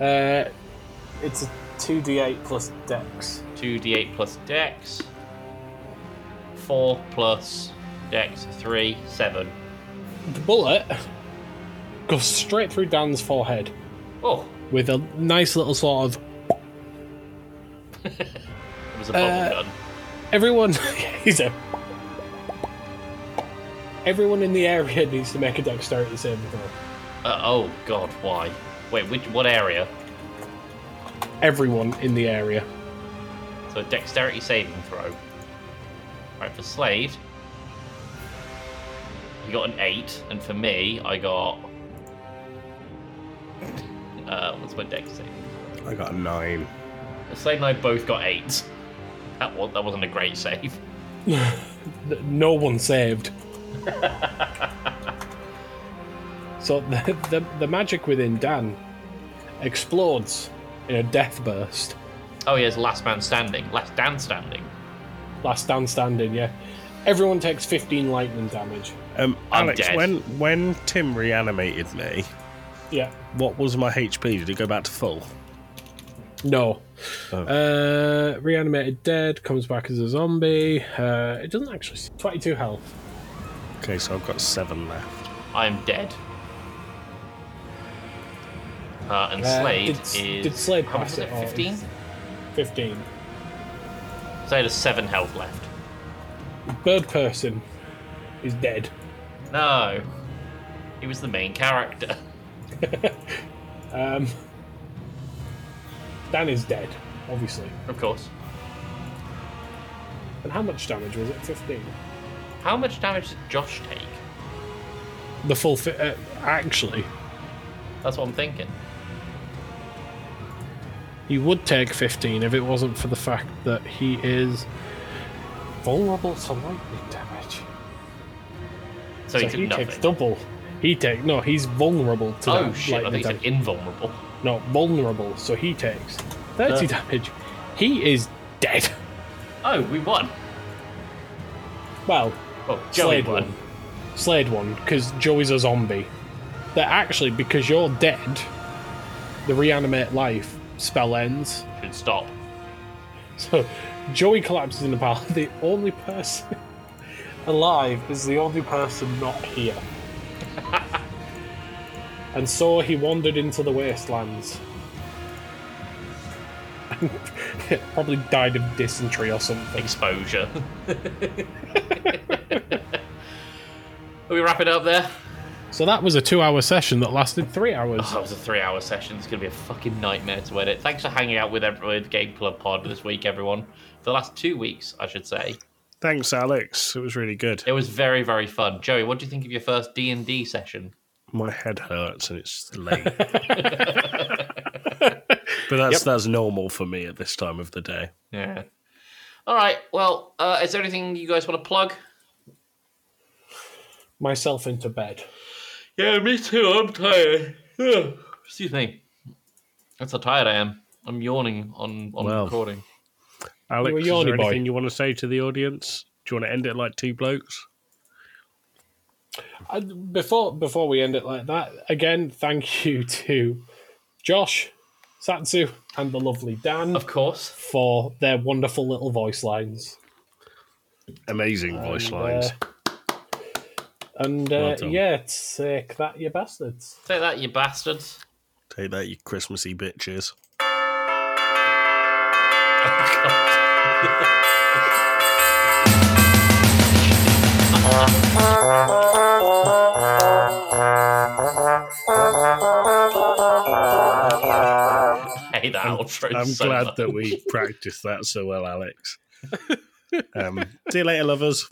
Speaker 4: Uh, it's a 2d8 plus dex.
Speaker 1: Two d8 plus dex. Four plus dex. Three seven.
Speaker 4: The bullet goes straight through Dan's forehead
Speaker 1: Oh,
Speaker 4: with a nice little sort of
Speaker 1: it was a bubble
Speaker 4: Uh,
Speaker 1: gun.
Speaker 4: Everyone, he's a. Everyone in the area needs to make a dexterity saving throw.
Speaker 1: Uh, oh God, why? Wait, which what area?
Speaker 4: Everyone in the area.
Speaker 1: So dexterity saving throw. Right for Slade, he got an eight, and for me, I got Uh, what's my deck say?
Speaker 2: I got a nine.
Speaker 1: Slade and I both got eight. That, was, that wasn't a great save.
Speaker 4: N- No one saved. so the, the, the magic within Dan explodes in a death burst.
Speaker 1: Oh, yeah, it's last man standing. Last Dan standing.
Speaker 4: Last Dan standing, yeah. Everyone takes 15 lightning damage.
Speaker 2: Um,
Speaker 1: I'm
Speaker 2: Alex,
Speaker 1: dead.
Speaker 2: when when Tim reanimated me,
Speaker 4: Yeah.
Speaker 2: what was my HP? Did it go back to full?
Speaker 4: No. Uh, reanimated dead, comes back as a zombie. Uh, it doesn't actually. 22 health.
Speaker 2: Okay, so I've got seven left.
Speaker 1: I'm dead. Uh, and
Speaker 4: Uh,
Speaker 1: Slade
Speaker 4: did-
Speaker 1: is.
Speaker 4: did Slade
Speaker 1: how much
Speaker 4: pass
Speaker 1: was
Speaker 4: it
Speaker 1: it?
Speaker 4: or is-
Speaker 1: 15?
Speaker 4: 15.
Speaker 1: Slade has seven health left.
Speaker 4: Bird person is dead.
Speaker 1: No. He was the main character.
Speaker 4: Um, Dan is dead, obviously.
Speaker 1: Of course.
Speaker 4: And how much damage was it? 15.
Speaker 1: How much damage did Josh take?
Speaker 4: The full. Fi- uh, actually,
Speaker 1: That's what I'm thinking.
Speaker 4: he would take 15 if it wasn't for the fact that he is vulnerable to lightning damage.
Speaker 1: So, he
Speaker 4: so
Speaker 1: did
Speaker 4: he
Speaker 1: nothing.
Speaker 4: takes double. He take no. He's vulnerable to
Speaker 1: oh,
Speaker 4: that
Speaker 1: shit. I
Speaker 4: lightning
Speaker 1: think he said
Speaker 4: damage.
Speaker 1: invulnerable.
Speaker 4: No, vulnerable. So he takes 30
Speaker 1: Uh.
Speaker 4: damage. He is dead.
Speaker 1: Oh, we won.
Speaker 4: Well,
Speaker 1: Well, Joey
Speaker 4: Slade
Speaker 1: won.
Speaker 4: one. Slade one, because Joey's a zombie. That actually, because you're dead, the reanimate life spell ends.
Speaker 1: Should stop.
Speaker 4: So Joey collapses in the pile. The only person alive is the only person not here. and so he wandered into the wastelands. Probably died of dysentery or something.
Speaker 1: Exposure. Are we wrapping up there?
Speaker 4: So that was a two hour session that lasted three hours.
Speaker 1: Oh, that was a three-hour session. It's going to be a fucking nightmare to edit. Thanks for hanging out with everyone with Game Club Pod this week, everyone. For the last two weeks, I should say,
Speaker 2: Thanks, Alex. It was really good.
Speaker 1: it was very, very fun. Joey, what do you think of your first D and D session?
Speaker 2: My head hurts and it's late. but that's that's normal for me at this time of the day.
Speaker 1: Yeah. All right. Well, uh, is there anything you guys want to plug?
Speaker 4: Myself into bed.
Speaker 1: Yeah, me too. I'm tired. Excuse me. That's how tired I am. I'm yawning on on
Speaker 2: Well.
Speaker 1: recording.
Speaker 2: Alex,
Speaker 4: You were
Speaker 2: is there
Speaker 4: yawny boy.
Speaker 2: anything you want to say to the audience? Do you want to end it like two blokes?
Speaker 4: I, before before we end it like that, again, thank you to Josh, Satsu, and the lovely Dan
Speaker 1: Of course.
Speaker 4: for their wonderful little voice lines.
Speaker 2: Amazing voice lines.
Speaker 4: And uh,
Speaker 2: Well done.
Speaker 4: yeah, sick that you bastards.
Speaker 1: Say that, you bastards.
Speaker 2: Take that, you Christmassy bitches.
Speaker 1: I hate that outro
Speaker 2: I'm
Speaker 1: so
Speaker 2: glad
Speaker 1: much.
Speaker 2: that we practiced that so well, Alex. um, see you later, lovers.